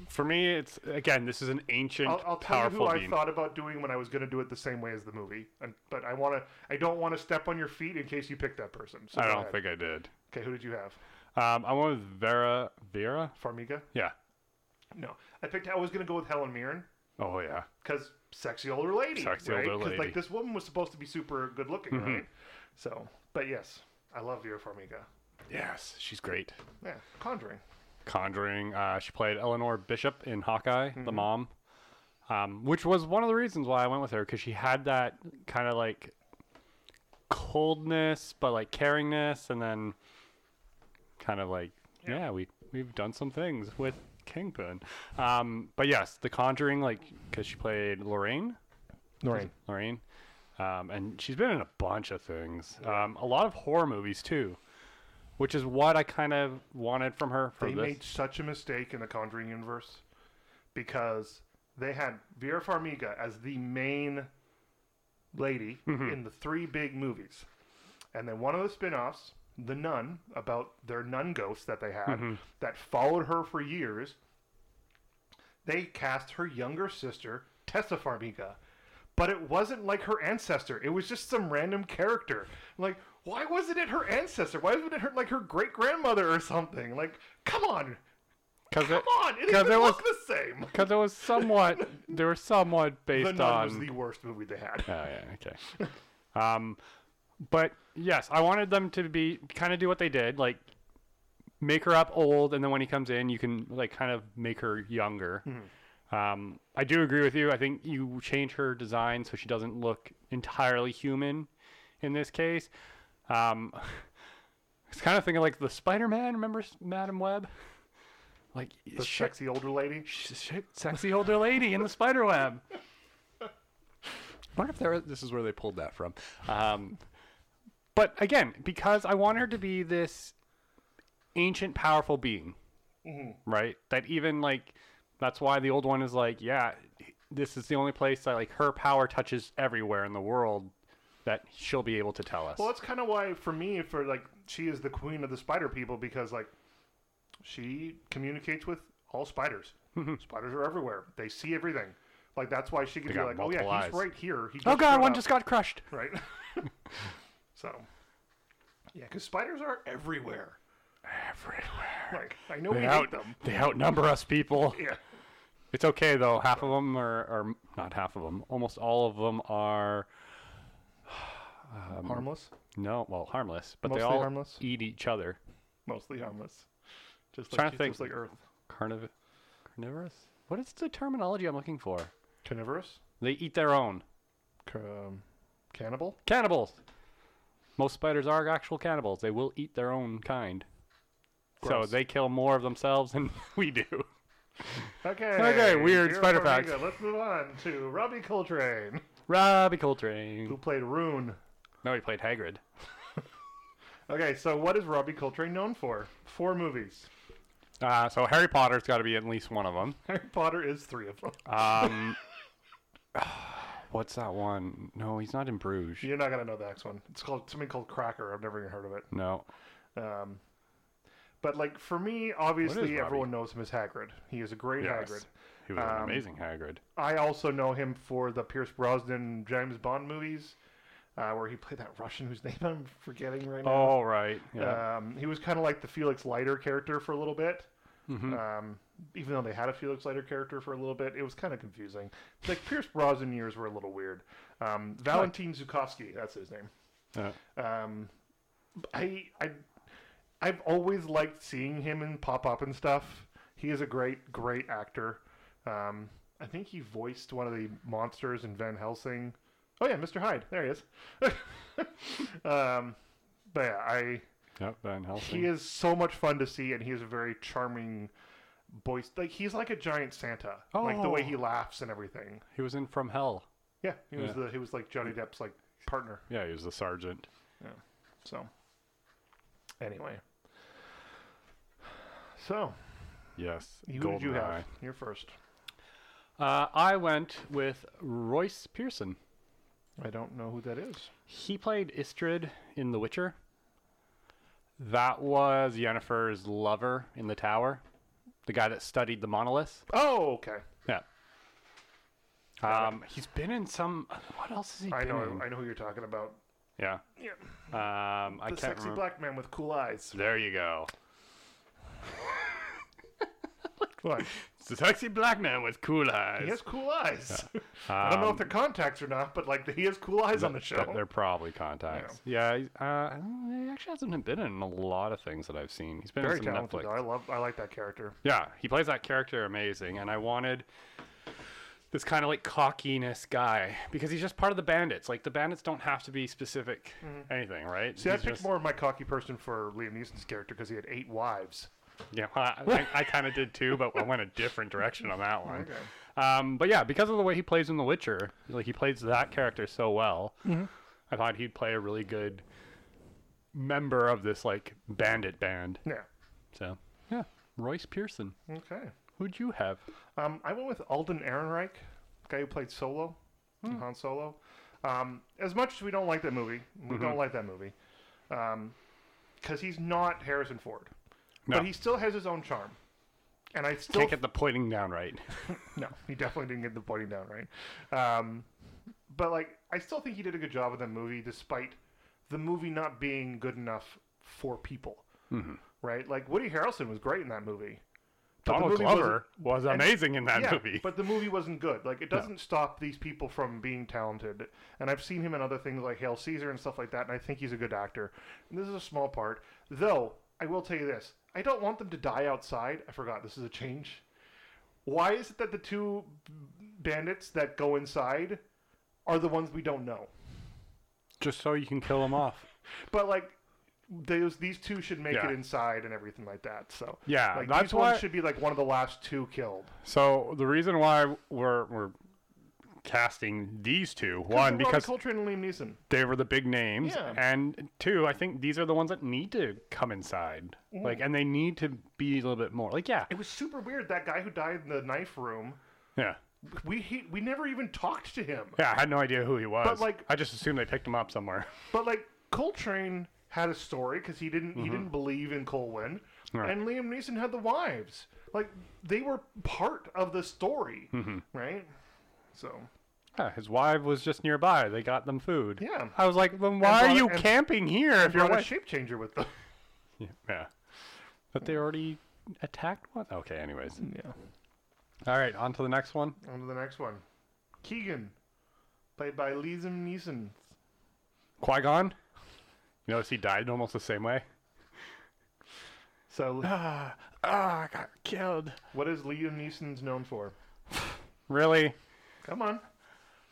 for me, it's again, this is an ancient,
I'll, I'll tell you
powerful
who I
being.
thought about doing when I was going to do it the same way as the movie, and, but I want to. I don't want to step on your feet in case you pick that person. So
I
go
don't
ahead.
think I did.
Okay, who did you have?
Um, I went with Vera. Vera?
Farmiga?
Yeah.
No, I picked. I was going to go with Helen Mirren.
Oh yeah.
because sexy older lady,
Sexy
right?
older
'Cause,
lady.
like this woman was supposed to be super good looking,
Mhm.
right? So, but yes, I love Vera Farmiga.
Yes, she's great.
Yeah, Conjuring. Mm-hmm.
Conjuring. Uh, she played Eleanor Bishop in Hawkeye, the mom. um, which was one of the reasons why I went with her because she had that kind of like coldness, but like caringness, and then kind of like yeah,
Yeah.
we we've done some things with Kingpin. Um, but yes, The Conjuring, like because she played Lorraine,
Noreen.
Lorraine, um, and she's been in a bunch of things, um, a lot of horror movies too. Which is what I kind of wanted from her. For
They
this.
made such a mistake in the Conjuring universe because they had Vera Farmiga as the main lady
Mm-hmm.
in the three big movies. And then one of the spin offs, The Nun, about their nun ghosts that they had
Mm-hmm.
that followed her for years, they cast her younger sister, Tessa Farmiga. But it wasn't like her ancestor. It was just some random character. Like, why wasn't it her ancestor? Why wasn't it her, like her great grandmother or something? Like, come on,
Because
come on!
Uh,
It
'cause
doesn't
there was-
look the same.
Because it was somewhat, they were somewhat
(laughs) The
based
Nun
on.
was the worst movie
(laughs)
they had.
Oh yeah, okay. um, but yes, I wanted them to be kind of do what they did, like make her up old, and then when he comes in, you can like kind of make her younger.
Mm-hmm.
Um, I do agree with you. I think you change her design so she doesn't look entirely human in this case. Um, (laughs) it's kind of thinking like the Spider-Man. Remember S- Madam Web? Like
The
shit-
sexy older lady.
She's a sh- sexy older lady in the spider web. wonder if there, this is where they pulled that from. Um, but again, because I want her to be this ancient, powerful being,
Mm-hmm.
right? That even like, that's why the old one is like, yeah, this is the only place that like her power touches everywhere in the world that she'll be able to tell us.
Well, that's kind of why, for me, for like, she is the queen of the spider people because, like, she communicates with all spiders.
Mm-hmm.
spiders are everywhere. They see everything. Like, that's why she could be
got
like, oh, yeah,
multiple eyes.
he's right here. He
oh
just
god,
showed
one
up."
just got crushed.
Right?
(laughs)
(laughs) so, yeah, because spiders are everywhere.
Everywhere.
Like, I know we
They,
hate
out,
them. (laughs)
they outnumber us, people.
Yeah.
It's okay though. Half of them are, are not half of them. Almost all of them are Um,
harmless?
no, well, harmless, but they
Mostly
all
harmless?
eat each other.
Mostly harmless. Just
Trying
like,
to
just,
think.
like Earth.
Carniv- carnivorous. What is the terminology I'm looking for?
Carnivorous?
They eat their own.
Um, cannibal?
Cannibals. Most spiders are actual cannibals. They will eat their own kind.
Gross.
So they kill more of themselves than (laughs) we do.
Okay.
Okay, weird
Vera
spider
Farmiga,
facts.
Let's move on to Robbie Coltrane,
Robbie
who
Coltrane.
played Rune.
No, he played Hagrid.
Okay, so what is Robbie Coltrane known for? Four movies. (laughs)
Uh, so Harry Potter's got to be at least one of them.
Harry Potter is three of them.
Um, (sighs) what's that one? No, he's not in Bruges.
You're not gonna know the next one. It's called something called Cracker. I've never even heard of it.
No.
Um, but like for me, obviously
Robbie?
everyone knows him as Hagrid. He is a great
Yes.
Hagrid.
He was an
Um,
amazing Hagrid.
I also know him for the Pierce Brosnan James Bond movies, uh, where he played that Russian whose name I'm forgetting right now.
Oh right. Yeah.
Um, he was kind of like the Felix Leiter character for a little bit.
Mhm.
Um, even though they had a Felix Leiter character for a little bit, it was kind of confusing. Like Pierce Brosnan years were a little weird. Um, Valentin Zukovsky, that's his name.
Yeah.
Um, I I I've always liked seeing him in pop up and stuff. He is a great great actor. Um, I think he voiced one of the monsters in Van Helsing. Oh yeah, Mr. Hyde. There he is. (laughs) um, but yeah, I
Yep. Van Helsing.
he is so much fun to see, and he is a very charming voice. Like he's like a giant Santa, like the way
Oh.
he laughs and everything.
He was in From Hell.
Yeah, he was
Yeah.
the he was like Johnny Depp's like partner.
Yeah, he was the sergeant.
So anyway, so
Yes.
you, who did you have?
Goldeneye.
You're first.
Uh, I went with Royce Pearson.
I don't know who that is.
He played Istrid in The Witcher. That was Yennefer's lover in the tower, the guy that studied the monolith.
Oh, okay.
Yeah. Um, he's been in some. What else has he
I
been
know.
in?
I know who you're talking about.
yeah.
Yeah,
Um, hmm. I
the
can't
sexy
remember.
black man with cool
(laughs)
eyes.
There you go.
What?
It's a sexy black man with cool eyes. Um,
He has cool eyes. (laughs) I don't know if they're contacts or not, but like he has cool eyes on the show.
Th- They're probably contacts. Yeah. he's- uh, I don't know, he actually hasn't been in a lot of things that I've seen. He's been
Very
in some
talented.
Netflix.
though. I love. I like that character.
Yeah, he plays that character amazing, and I wanted this kind of like cockiness guy because he's just part of the bandits. Like the bandits don't have to be specific anything, right?
Mm-hmm. See, I
He's
picked
just-
more of my cocky person for Liam Neeson's character because he had eight wives.
Yeah, I, I, I kind of did too, but I went a different direction on
(laughs)
that one. Um, but yeah, because of the way he plays in The Witcher, like he plays that character so well,
Mm-hmm.
I thought he'd play a really good member of this like bandit band.
Yeah.
So yeah, Royce Pearson.
Okay.
Who'd you have?
Um, I went with Alden Ehrenreich, the guy who played Solo, Han Solo. Um, as much as we don't like that movie, we
Mm-hmm.
don't like that movie because he's not Harrison Ford,
No,
but he still has his own charm. And I still
can't get the pointing down right.
(laughs) no, he definitely didn't get the pointing down right. Um, but like, I still think he did a good job with the movie, despite the movie not being good enough for people.
Mm-hmm.
Right? Like Woody Harrelson was great in that movie. but the
Donald
movie wasn't-
Glover was amazing in that
yeah,
movie.
but the movie wasn't good. Like, it doesn't stop these people from being talented. And I've seen him in other things like Hail Caesar and stuff like that. And I think he's a good actor. And this is a small part, though. I will tell you this: I don't want them to die outside. I forgot this is a change. Why is it that the two bandits that go inside are the ones we don't know?
Just so you can kill him off.
But like. Those, these two should make
Yeah.
it inside and everything like that. So
Yeah,
like,
that's
these ones
why-
should be like one of the last two killed.
So the reason why we're we're casting these two one
Robert
because
Coltrane and Liam Neeson.
they were the big names
Yeah.
and two i think these are the ones that need to come inside like and they need to be a little bit more like yeah
It was super weird. That guy who died in the knife room,
yeah
we he, we never even talked to him.
yeah i had no idea who he was
like-
i just assumed they picked him up somewhere (laughs)
But like Coltrane had a story because he didn't he didn't believe in Colwyn,
Right.
and Liam Neeson had the wives. Like they were part of the story, right? So
yeah, his wife was just nearby they got them food
Yeah.
i was like then why are
brought-
you
and-
camping here if
you
your
a
wife
shape changer with them. (laughs)
yeah but they already attacked one okay anyways
Yeah.
all right on to the next one
On to the next one. Keegan, played by Liam Neeson.
qui-gon you notice he died in almost the same way
So
ah ah i got killed
what is Liam Neeson's known for?
really
Come on.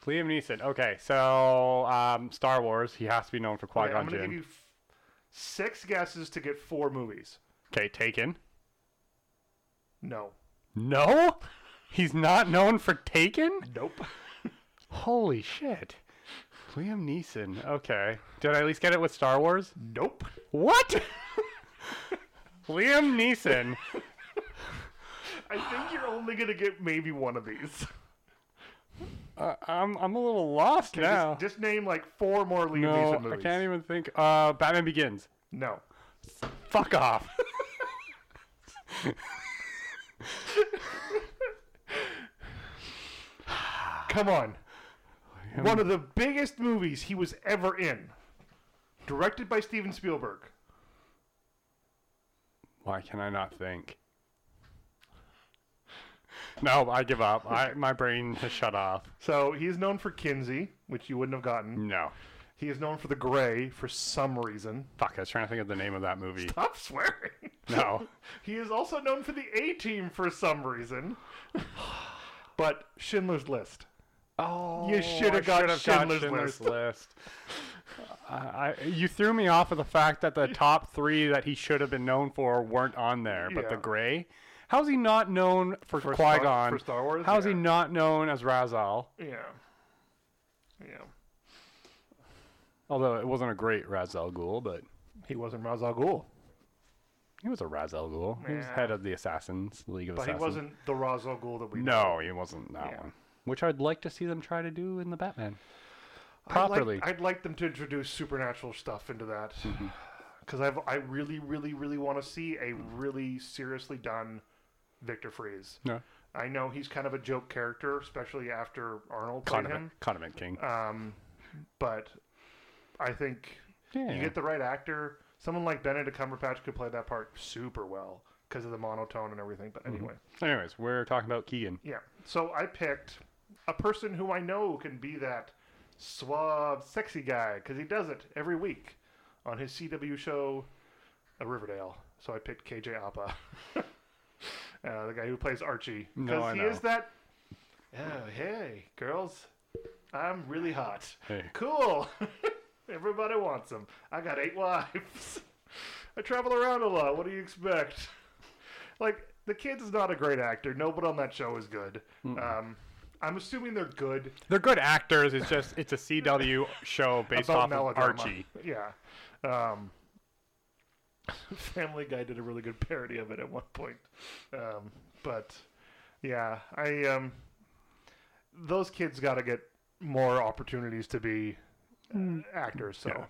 Liam Neeson. Okay, so um, Star Wars. He has to be known for Qui
Okay, I'm
Gon
going to give
Jinn.
you f- six guesses to get four movies.
Okay, Taken.
No.
No, he's not known for Taken.
Nope.
Holy shit, Liam Neeson. Okay, did I at least get it with Star Wars?
Nope.
What? (laughs) Liam Neeson.
I think you're only gonna get maybe one of these.
Uh, I'm I'm a little lost now.
Just, just name like four more Liam
no,
Neeson
I
movies.
can't even think. Uh, Batman Begins.
No.
Fuck off. (laughs)
Come on. One of the biggest movies he was ever in, directed by Steven Spielberg.
Why can I not think? No, I give up. I my brain has shut off.
So he is known for Kinsey, which you wouldn't have gotten.
No.
He is known for The Gray for some reason.
Fuck, I was trying to think of the name of that movie.
Stop swearing.
No.
(laughs) He is also known for the A Team for some
(laughs)
reason. but Schindler's List.
Oh,
You should
I
have got
should've
Schindler's List.
List. (laughs) I, I- you threw me off of the fact that
(laughs)
the top three that he should have been known for weren't on there, but the
Yeah.
Gray. How's he not known for,
Star-
Qui Gon?
for Star Wars?
How's he
Yeah.
not known as Razal?
Yeah. Yeah.
Although it wasn't a great Razal Ghul, but
He wasn't Ra's al Ghul.
he was a Razal Ghul. He was
Yeah.
head of the Assassins League of
But he
Assassins.
wasn't the Ra's al Ghul that we know.
No, he wasn't that
Yeah.
one. Which I'd like to see them try to do in the Batman.
I'd like-
Properly.
I'd like, them to introduce supernatural stuff into that. (sighs) Because I've I really, really, really want to see a really seriously done Victor Freeze.
No.
I know he's kind of a joke character, especially after Arnold played
Condiment, Condiment King.
him. Um, but I think
yeah.
you get the right actor. Someone like Benedict Cumberbatch could play that part super well because of the monotone and everything. But anyway.
Anyways, we're talking about Keegan.
Yeah. So I picked a person who I know can be that suave, sexy guy because he does it every week on his CW show, uh, Riverdale. So I picked (laughs) KJ Appa, uh, the guy who plays Archie,
No, I
he
know.
is that oh hey girls, I'm really hot.
Hey.
Cool. (laughs) Everybody wants them. I got eight wives. (laughs) I travel around a lot. What do you expect? Like the kid is not a great actor. Nobody on that show is good. Um, I'm assuming they're good.
They're good actors. It's just it's a CW (laughs) show based
about
off of
melodrama.
Archie.
Yeah. Um, (laughs) Family Guy did a really good parody of it at one point. Um, but yeah, I um, those kids got to get more opportunities to be uh, actors. So
Yeah.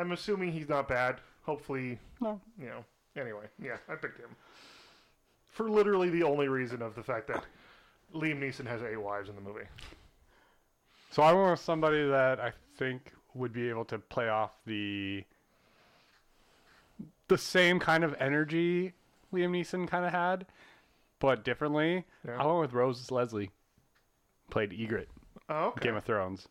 I'm assuming he's not bad. Hopefully,
No.
you know. Anyway, yeah, I picked him for literally the only reason of the fact that Liam Neeson has eight wives in the movie.
So I went with somebody that I think would be able to play off the the same kind of energy Liam Neeson kind of had, but differently.
Yeah.
I went with Rose Leslie, played Egret,
Oh, okay.
Game of Thrones,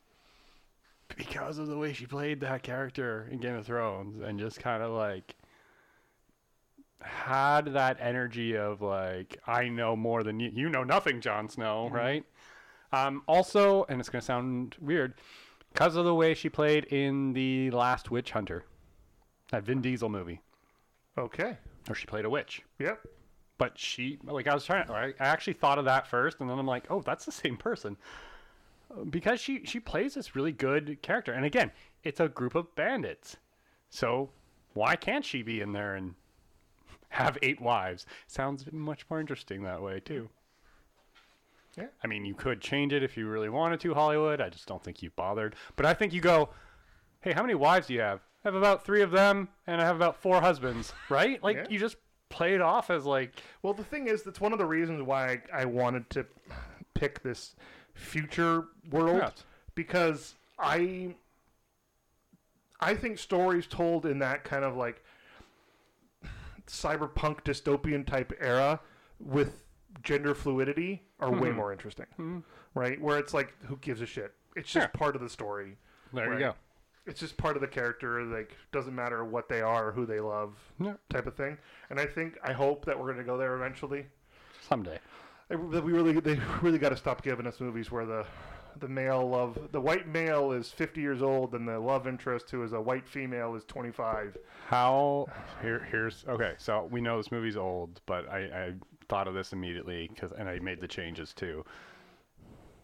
because of the way she played that character in Game of Thrones, and just kind of like had that energy of like I know more than you. You know nothing, Jon Snow, right? Um, also, and it's gonna sound weird, because of the way she played in the last Witch Hunter, that Vin Diesel movie,
Okay.
where she played a witch.
Yep.
But she, like, I was trying. I I actually thought of that first, and then I'm like, oh, that's the same person, because she she plays this really good character. And again, it's a group of bandits, so why can't she be in there and have eight wives? Sounds much more interesting that way too.
Yeah.
I mean, you could change it if you really wanted to, Hollywood. I just don't think you bothered. But I think you go, hey, how many wives do you have? I have about three of them, and I have about four husbands, right? Like,
Yeah.
you just play it off as like,
Well, the thing is, that's one of the reasons why I, I wanted to pick this future world
Yes.
because I I think stories told in that kind of like cyberpunk dystopian type era with gender fluidity are way more interesting, right? Where it's like, who gives a shit? It's just
Yeah.
part of the story.
there
Right.
you go.
It's just part of the character. Like, doesn't matter what they are, or who they love,
Yeah.
type of thing. And I think I hope that we're going to go there eventually.
Someday.
They- that we really they (laughs) really got to stop giving us movies where the the male love the white male is 50 years old and the love interest who is a white female is 25
How here here's okay. So we know this movie's old, but I, I thought of this immediately because and I made the changes too.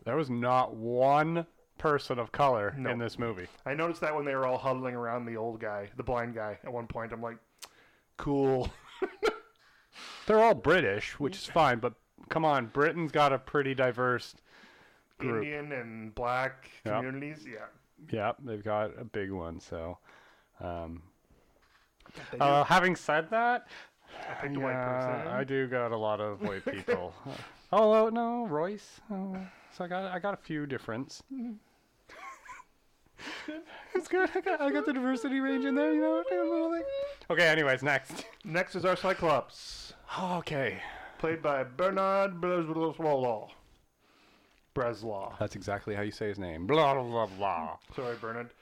There was not one person of color
No.
in this movie.
i noticed that when they were all huddling around the old guy the blind guy at one point i'm like cool
They're all British, which is fine, but come on, Britain's got a pretty diverse. (laughs) Group.
indian and black
Yep.
communities yeah
Yeah, they've got a big one. So, um,
They do.
uh, having said that,
i picked a white person
I do got a lot of
(laughs)
white people. Although no, Royce. Oh, so I got I got a few difference.
Mm-hmm.
it's good. I got, I got the diversity range in there. You know, a little thing. Okay. Anyways, next.
next is our cyclops
Okay.
played by bernard breslau breslau
That's exactly how you say his name. Blah blah blah.
sorry bernard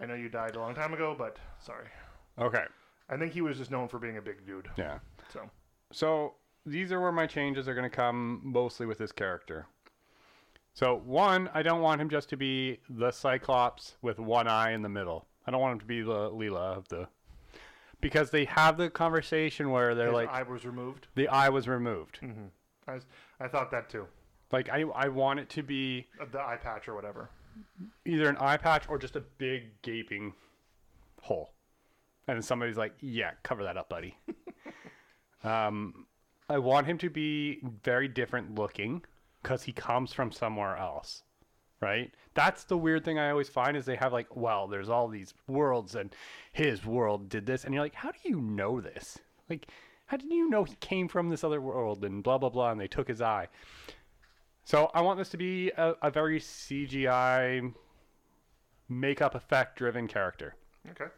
i know you died a long time ago but sorry
blah. Okay.
i think he was just known for being a big dude
Yeah.
So
So these are where my changes are going to come mostly with this character. So one, I don't want him just to be the Cyclops with one eye in the middle. I don't want him to be the Leela of the because they have the conversation where they're
his
like
eye Mm-hmm. was removed.
the eye was removed.
I, was, I thought that too.
Like I I want it to be
Uh, The eye patch or whatever.
either an eye patch or just a big gaping hole. And then somebody's like, "Yeah, cover that up, buddy." um, I want him to be very different looking because he comes from somewhere else, right? That's the weird thing I always find is they have like, "Well, there's all these worlds, and his world did this," and you're like, "How do you know this? Like, how did you know he came from this other world?" And blah blah blah, and they took his eye. So I want this to be a, a very CGI makeup effect driven character.
Okay.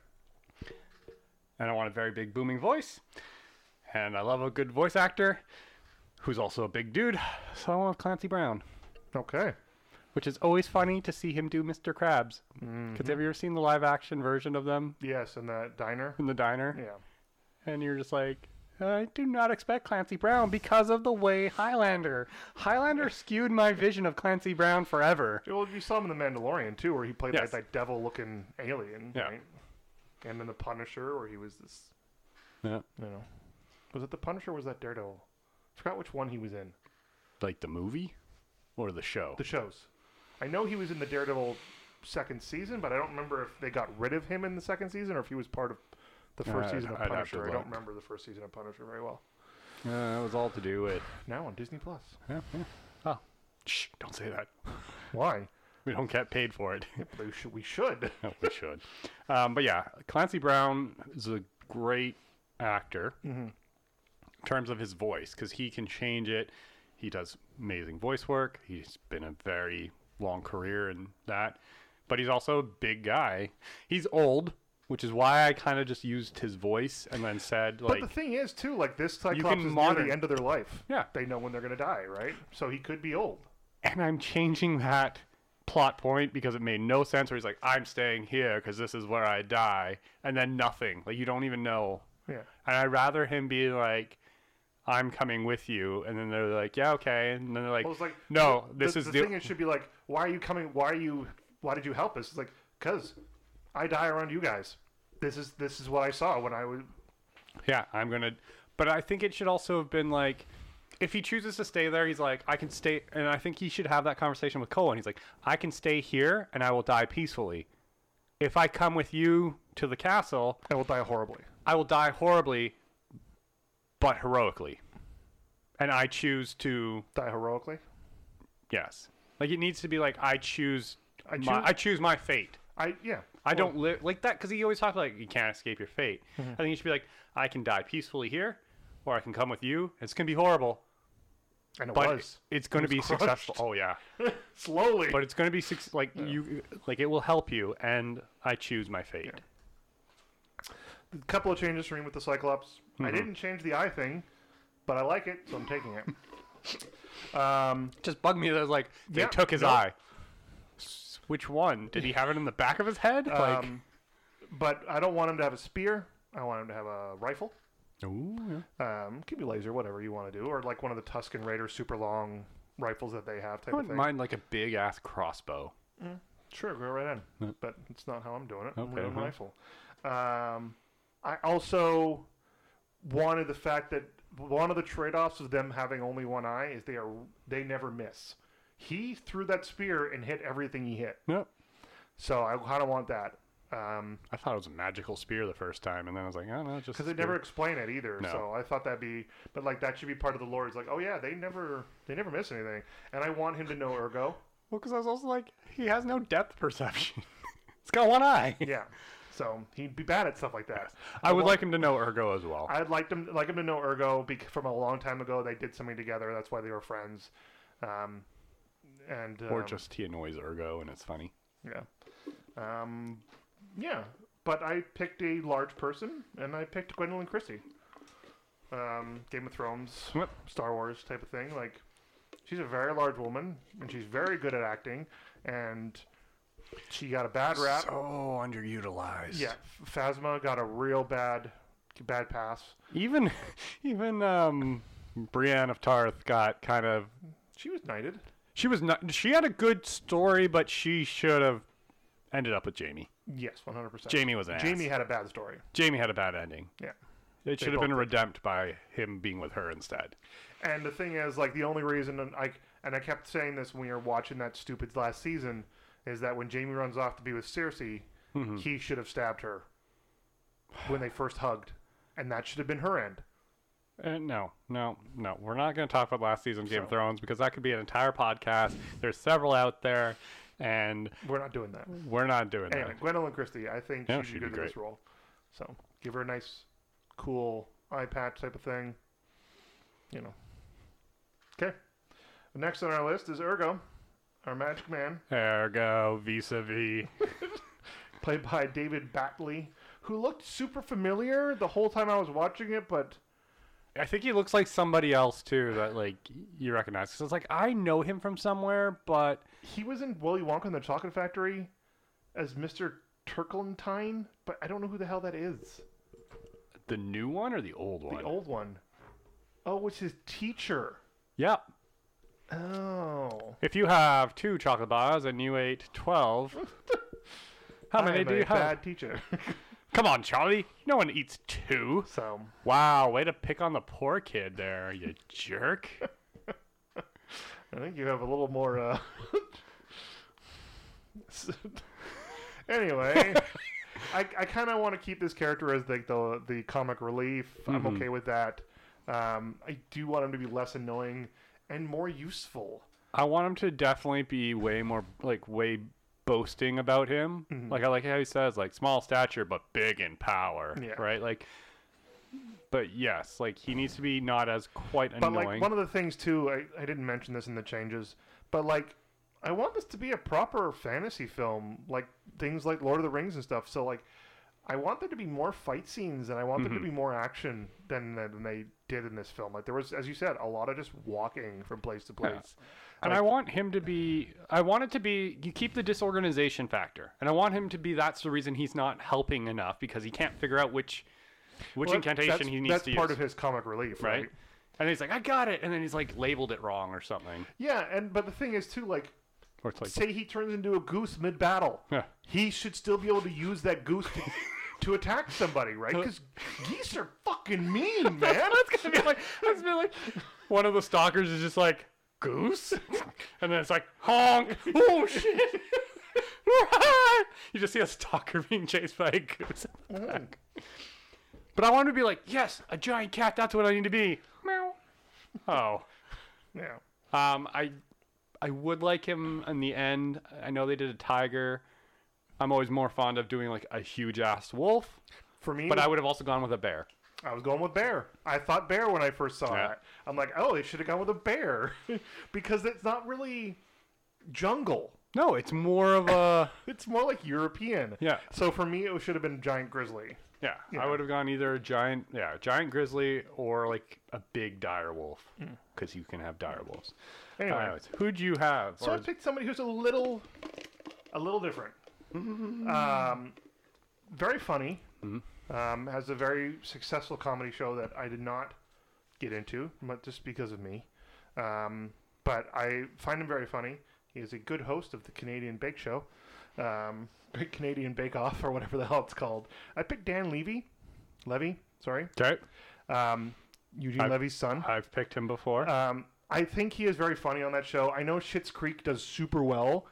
And I want a very big booming voice. And I love a good voice actor who's also a big dude. So I want Clancy Brown,
Okay.
which is always funny to see him do Mr. Krabs. Because have you ever seen the live action version of them
Yes, in the diner.
in the diner?
Yeah.
And you're just like, I do not expect Clancy Brown because of the way Highlander. (laughs) Highlander skewed my vision of Clancy Brown forever.
Well, you saw him in The Mandalorian too, where he played
Yes.
like that devil-looking alien,
Yeah.
right? And then The Punisher, where he was this.
Yeah.
You know, was it The Punisher? or Was that Daredevil? I forgot which one he was in.
Like the movie or the show?
The shows. I know he was in the Daredevil second season, but I don't remember if they got rid of him in the second season or if he was part of the
Uh,
first season of
I'd have to
Punisher. I don't
look.
remember the first season of Punisher very well.
Uh, it was all to do with.
Now on Disney Plus.
Yeah, yeah. Oh, shh! Don't say that.
Why?
We don't get paid for it.
Yep, they should-
(laughs)
we should.
No, we should. Um, but yeah, Clancy Brown is a great actor
Mm-hmm.
in terms of his voice because he can change it. He does amazing voice work. He's been a very long career in that. But he's also a big guy. He's old, which is why I kind of just used his voice and then said,
But
like,
the thing is, too, like this Cyclops
can
is near
modern-
the end of their life.
Yeah.
they know when they're going to die, right? So he could be old.
and I'm changing that plot point because it made no sense where he's like, I'm staying here because this is where I die. And then nothing. Like, you don't even know
Yeah,
And I'd rather him be like, I'm coming with you. And then they're like, yeah, okay. And then they're like,
well, it's like
no, Uh, this
the,
is
the,
the,
thing. It should be like, why are you coming? Why are you? Why did you help us? It's like, cause I die around you guys. This is this is what I saw when I was.
yeah, I'm going to. But I think it should also have been like, if he chooses to stay there, he's like, I can stay. And I think he should have that conversation with Cole. And he's like, I can stay here and I will die peacefully. If I come with you to the castle,
I will die horribly.
I will die horribly, but heroically. And I choose to
Die heroically.
Yes. Like it needs to be like I choose
I
I
choose-
choose my, I choose my fate.
I yeah.
I don't live like that because he always talks like you can't escape your fate. I think you should be like I can die peacefully here, or I can come with you. It's gonna be horrible,
And it
but
was
it's gonna
was
be
crushed.
successful. Oh yeah,
slowly.
but it's gonna be suc- like you like it will help you, and I choose my fate.
a couple of changes for me with the Cyclops.
Mm-hmm.
I didn't change the eye thing, but I like it, so I'm taking it. um,
Just bugged me that like they
Yeah,
took his
no.
eye. S- Which one did he have it in the back of his head? Like,
um, but I don't want him to have a spear. I want him to have a rifle.
ooh, yeah.
Um, could be laser, whatever you want to do, or like one of the Tuscan Raider super long rifles that they have type
I
of
wouldn't
thing.
mind like a big ass crossbow.
Sure, go right in. But it's not how I'm doing it. I'm
Okay,
doing a
huh.
rifle. Um, I also wanted the fact that one of the trade-offs of them having only one eye is they are they never miss. He threw that spear and hit everything he hit.
Yep.
So I kind of want that um,
I thought it was a magical spear the first time, and then I was like, oh no, it's just
because they
a
never
spear.
explain it either.
No.
So I thought that'd be, but like that should be part of the lore. It's like, oh yeah, they never they never miss anything, and I want him to know Ergo.
Well, because I was also like, he has no depth perception. (laughs) it's got one eye.
yeah, so he'd be bad at stuff like that.
I would
want-
like him to know Ergo as well.
I'd like them like him to know Ergo bec- from a long time ago. They did something together. That's why they were friends. Um, and um,
or just he annoys Ergo, and it's funny.
yeah, um, yeah. But I picked a large person, and I picked Gwendolyn Christie. Um, Game of Thrones,
Yep.
Star Wars type of thing. Like, she's a very large woman, and she's very good at acting. And she got a bad rap.
So underutilized.
yeah, Phasma got a real bad, bad pass.
Even, (laughs) even um, Brienne of Tarth got kind of.
She was knighted.
She was not. She had a good story, but she should have ended up with Jamie.
Yes, one hundred percent.
Jamie was an ass.
Jamie had a bad story.
Jamie had a bad ending.
Yeah.
It should have
both
been redempted by him being with her instead.
And the thing is, like, the only reason, and I, and I kept saying this when we were watching that stupid last season, is that when Jamie runs off to be with Cersei, he should have stabbed her when they first hugged. And that should have been her end.
Uh, no, no, no. We're not going to talk about last season's Game of Thrones because that could be an entire podcast. There's several out there, and
We're not doing that.
we're not doing
Anyway, Gwendolyn Christie, I think
Yeah,
she'd
she'd
be good
be
in this
great.
role. So give her a nice, cool eye patch type of thing. You know. Okay. Next on our list is Ergo, our magic man.
that. Ergo vis-a-vis.
played by David Batley, who looked super familiar the whole time I was watching it, but
I think he looks like somebody else too that like you recognize. Cause it's like I know him from somewhere, but
he was in Willy Wonka and the Chocolate Factory as Mr. Turklentine, but I don't know who the hell that is.
the new one or the old one?
The old one. Oh, it's his teacher.
Yep.
Oh.
If you have two chocolate bars and you ate 12, how
I
many
am
do
a
you have?
Bad teacher. (laughs)
Come on, Charlie. No one eats two.
so
Wow, way to pick on the poor kid there, you jerk.
I think you have a little more. Uh... (laughs) s- anyway, I, I kind of want to keep this character as like the the comic relief. I'm
Mhm.
okay with that. Um, I do want him to be less annoying and more useful.
I want him to definitely be way more, like, way boasting about him.
Mhm.
Like, I like how he says, like, small stature, but big in power.
Yeah.
Right? Like, but yes, like, he needs to be not as quite
But
annoying.
like one of the things too, I, I didn't mention this in the changes, but like I want this to be a proper fantasy film, like things like Lord of the Rings and stuff. So like I want there to be more fight scenes and I want
Mm-hmm.
there to be more action than than they did in this film. Like there was, as you said, a lot of just walking from place to place.
And I want him to be. I want it to be. You keep the disorganization factor, and I want him to be. That's the reason he's not helping enough because he can't figure out which, which
Well,
incantation
that's,
he needs
that's
to
part
use.
of his comic relief,
right?
right?
And he's like, I got it, and then he's like labeled it wrong or something,
Yeah, and but the thing is too, like
or it's like,
say he turns into a goose mid battle.
Yeah.
He should still be able to use that goose to, to attack
(laughs)
somebody, right? Because geese are fucking mean, man.
that's gonna be like, that's gonna be like, one of the stalkers is just like goose, and then it's like honk. oh shit! (laughs) you just see a stalker being chased by a goose.
Mm.
But I want to be like, yes, a giant cat. That's what I need to be. Meow. Oh,
yeah.
um, I, I would like him in the end. I know they did a tiger. I'm always more fond of doing like a huge ass wolf,
For me,
but I would have also gone with a bear.
I was going with bear. I thought bear when I first saw
Yeah.
it. I'm like, oh, they should have gone with a bear (laughs) because it's not really jungle.
No, it's more of a
It's more like European.
yeah,
So for me, it should have been giant grizzly.
yeah.
Yeah.
I would have gone either a giant, yeah, a giant grizzly or like a big dire wolf, because you can have dire wolves.
Hmm. Anyway,
Alright, who'd you have?
So I
Or-
picked somebody who's a little, a little different. um, very funny. Um, has a very successful comedy show that I did not get into, but just because of me. Um, but I find him very funny. He is a good host of the Canadian Bake Show, um, (laughs) Canadian Bake Off, or whatever the hell it's called. I picked Dan Levy, Levy, sorry,
okay,
um, Eugene
I've-
Levy's son.
I've picked him before.
Um, I think he is very funny on that show. I know Schitt's Creek does super well,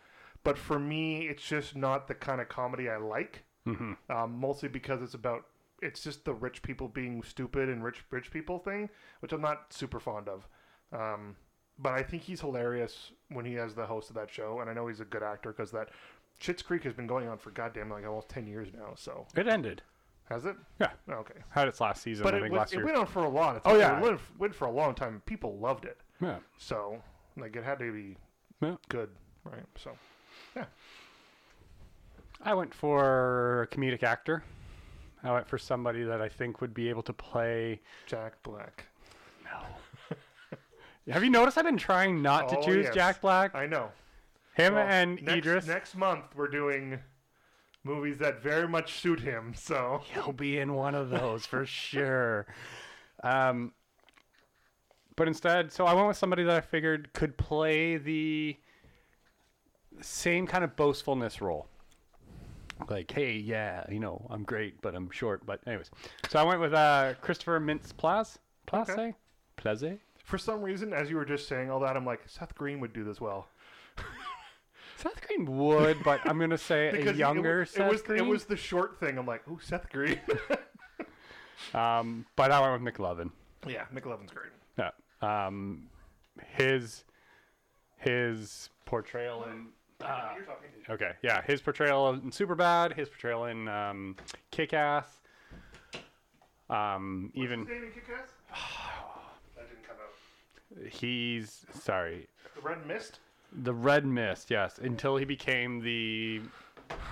but for me, it's just not the kind of comedy I like.
Mhm.
Um, mostly because it's about it's just the rich people being stupid and rich rich people thing, which I'm not super fond of. Um, but I think he's hilarious when he has the host of that show, and I know he's a good actor because that Schitt's Creek has been going on for goddamn like almost ten years now. So
It ended.
has it?
Yeah.
Okay.
Had its last season.
But
I
it,
think
was,
last
it
year.
went on for a lot. It's
Oh,
like,
yeah.
it went, went for a long time. People loved it.
yeah.
So, like, it had to be
Yeah.
good, right? So,
I went for a comedic actor. I went for somebody that I think would be able to play.
Jack Black. (laughs)
No. Have you noticed I've been trying not
Oh,
to choose
yes.
Jack Black?
I know.
Him
Well,
and
next,
Idris.
Next month, we're doing movies that very much suit him. (laughs) So,
He'll be in one of those for sure. Um, but instead, so I went with somebody that I figured could play the same kind of boastfulness role. Like, hey, yeah, you know, I'm great, but I'm short. But anyways, so I went with uh, Christopher Mintz Plaz. Place?
Okay.
Plaze?
for some reason, as you were just saying all that, I'm like, Seth Green would do this well
Seth Green would, but I'm going to
(laughs)
say a
it-
younger
It,
Seth
was
Green.
it was the short thing. I'm like, ooh, Seth Green. (laughs)
Um, but I went with McLovin.
yeah, McLovin's great.
Yeah. Um, his his portrayal in Uh,
You're talking to-
okay, yeah, his portrayal in Superbad, his portrayal in um, Kick Ass, um, even
Damien
(sighs)
Kick-Ass? that didn't come out.
he's sorry,
The Red Mist.
the Red Mist, yes, until he became the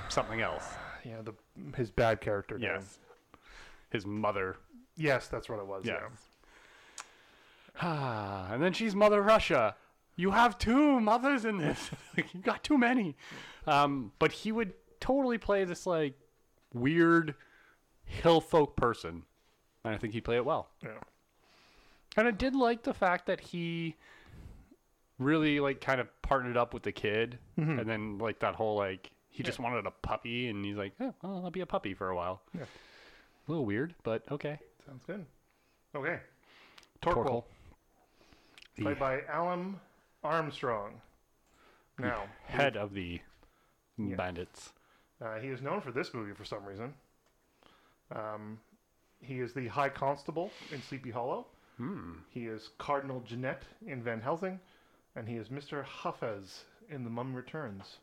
something else.
Yeah, the his bad character. name.
Yes, his mother.
Yes, that's what it was.
Yes.
yeah.
Ah, and then she's Mother Russia. You have two mothers in this. (laughs) Like, you got too many. Um, but he would totally play this like weird hill folk person. and I think he played it well.
Yeah.
And I did like the fact that he really like kind of partnered up with the kid,
Mhm.
and then like that whole like he just wanted a puppy, and he's like, oh, well, I'll be a puppy for a while.
Yeah.
A little weird, but okay.
Sounds good. Okay. Torquil,
The
played by Alan Armstrong. Now,
head of the
Yeah.
bandits.
uh, he is known for this movie for some reason. Um, he is the High Constable in Sleepy Hollow.
Hmm.
He is Cardinal Jeanette in Van Helsing, and he is Mr. Hafez in The Mum Returns.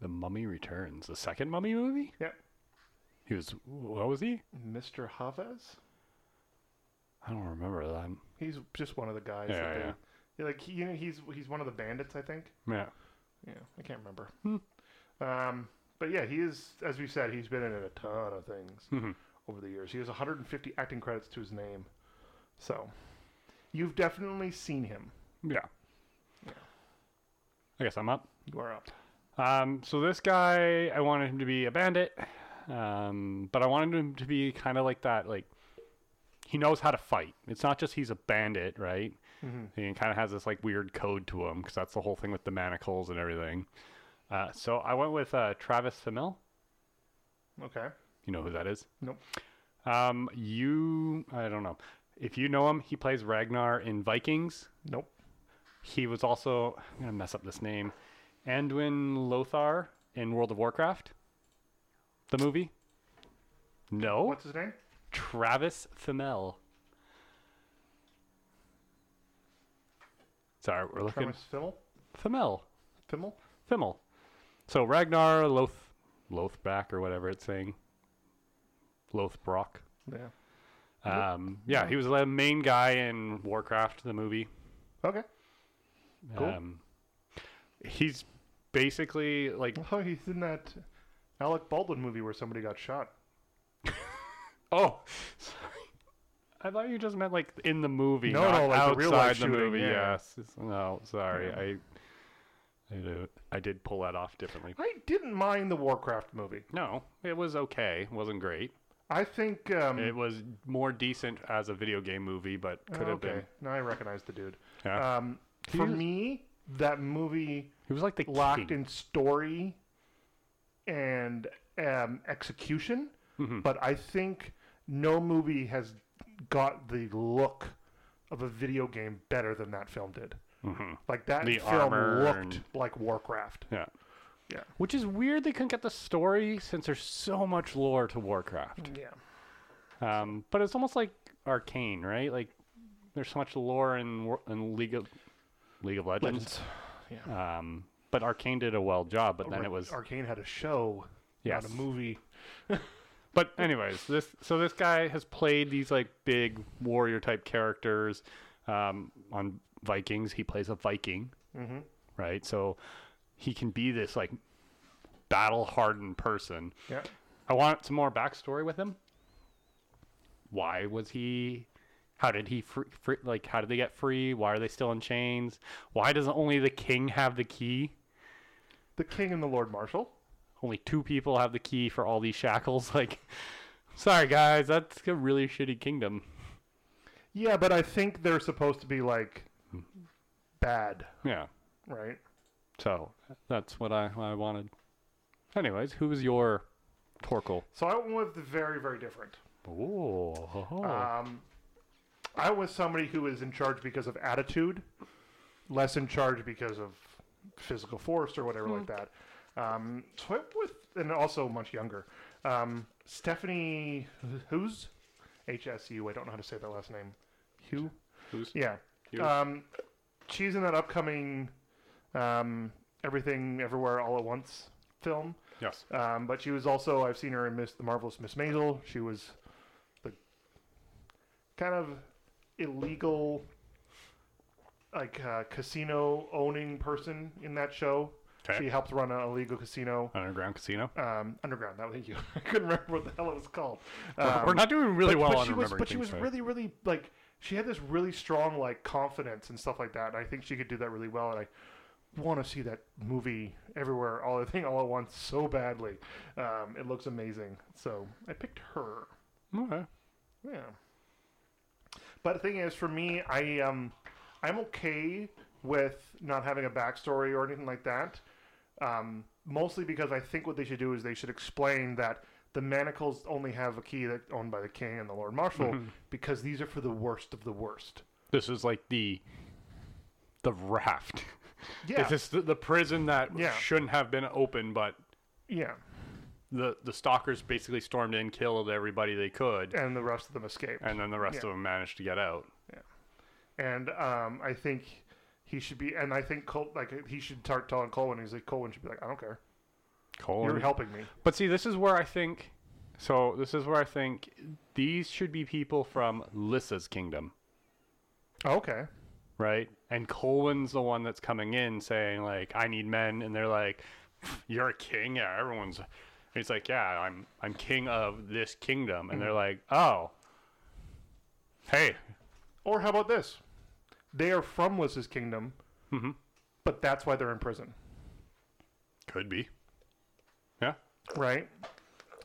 The Mummy Returns, the second Mummy movie.
Yep.
He was. What was he?
Mr. Hafez?
I don't remember that.
He's just one of the guys.
Yeah,
that they,
yeah.
yeah, Like he, you know, he's he's one of the bandits, I think.
Yeah.
Yeah, I can't remember.
Hmm.
Um, but yeah, he is, as we said, he's been in a ton of things
Mhm.
over the years. He has 150 acting credits to his name. So you've definitely seen him.
(laughs) Yeah.
Yeah.
I guess I'm up.
You are up.
Um, so this guy, I wanted him to be a bandit, um, but I wanted him to be kind of like that. Like he knows how to fight. It's not just he's a bandit, right?
Mm-hmm.
He kind of has this like weird code to him because that's the whole thing with the manacles and everything. Uh, so I went with uh, Travis Fimmel.
Okay.
You know who that is?
Nope.
Um, you, I don't know. If you know him, he plays Ragnar in Vikings.
Nope.
He was also, I'm going to mess up this name, Anduin Lothar in World of Warcraft, the movie. No,
What's his name?
Travis Fimmel. Sorry, we're looking.
Travis Fimmel.
Fimmel.
Fimmel.
Fimmel. So Ragnar Loth, Lothback or whatever it's saying. Lothbrock.
Yeah.
Um, yeah, he was the main guy in Warcraft, the movie.
Okay. Cool.
Um, he's basically like,
Oh, he's in that Alec Baldwin movie where somebody got shot.
oh, (laughs) sorry. I thought you just meant like in the movie,
No,
not
no, like the
outside
real life shooting,
movie.
yeah.
Yes, no, sorry,
Yeah.
I, I, do- I did pull that off differently.
I didn't mind the Warcraft movie.
No, it was okay. It wasn't great.
I think um,
It was more decent as a video game movie, but could have
Oh, okay.
been.
Now I recognize the dude.
Yeah.
Um,
He
for
was-
me, that movie
he was like the
lacked
king.
in story and um, execution,
Mhm.
but I think no movie has got the look of a video game better than that film did.
Mhm.
Like that
The
film
armor
looked
and-
like Warcraft.
Yeah.
Yeah.
Which is weird they couldn't get the story since there's so much lore to Warcraft.
Yeah. Mm-hmm.
Um, but it's almost like Arcane, right? Like there's so much lore in, War- in League of League of Legends.
Legends. Yeah.
Um, but Arcane did a well job, but then it was
Arcane had a show,
yes.
not a movie.
But anyways, this so this guy has played these like big warrior type characters um, on Vikings. He plays a Viking,
Mhm.
right? So he can be this like battle hardened person.
Yeah.
I want some more backstory with him. Why was he? How did he free, free, like? How did they get free? Why are they still in chains? Why does only the king have the key?
The King and the Lord Marshal.
Only two people have the key for all these shackles. (laughs) Like, sorry guys, that's a really shitty kingdom.
Yeah, but I think they're supposed to be like
Hmm.
bad,
Yeah.
right?
So that's what I I wanted. Anyways, who was your Torkel?
So I went with the very, very different.
Ooh. Uh,
Um, I was somebody who is in charge because of attitude, less in charge because of physical force or whatever like that. Um, so I with, and also much younger, um, Stephanie Hughes, H S U. I don't know how to say that last name. Hugh.
Who's?
Yeah.
Hughes.
Um, she's in that upcoming um, Everything Everywhere All at Once film.
Yes.
Um, but she was also I've seen her in Miss the Marvelous Miss Maisel. She was the kind of illegal like uh, casino owning person in that show.
Okay.
She helped run an illegal casino
Underground Casino.
um, underground. That was (laughs) you. I couldn't remember what the hell it was called.
We're-
Um,
We're not doing really
but,
well
but
on
she was,
remembering
but she
things,
was
right?
really, really like she had this really strong like confidence and stuff like that. And I think she could do that really well. And I want to see that movie everywhere, all the thing, all at once, so badly. Um, it looks amazing. So I picked her.
Okay.
Yeah. But the thing is, for me, I um, I'm okay with not having a backstory or anything like that. Um, mostly because I think what they should do is they should explain that the manacles only have a key that's owned by the king and the lord marshal because these are for the worst of the worst.
This is like the the raft. (laughs)
Yeah.
This is the, the prison that
Yeah.
shouldn't have been open, but
yeah.
the the stalkers basically stormed in, killed everybody they could,
And the rest of them escape.
and then the rest
Yeah.
of them managed to get out.
and um, I think he should be. And I think Col- like he should start telling Colin. He's like Colin should be like, I don't care. You're
Colin.
helping me.
But see, this is where I think. So this is where I think these should be people from Lissa's kingdom,
Okay.
right? And Colwyn's the one that's coming in saying like, "I need men," and they're like, "You're a king, yeah." Everyone's. And he's like, "Yeah, I'm I'm king of this kingdom," and they're like, "Oh, hey,
Or how about this? They are from Lys's kingdom,
Mhm.
but that's why they're in prison,
could be, yeah."
right?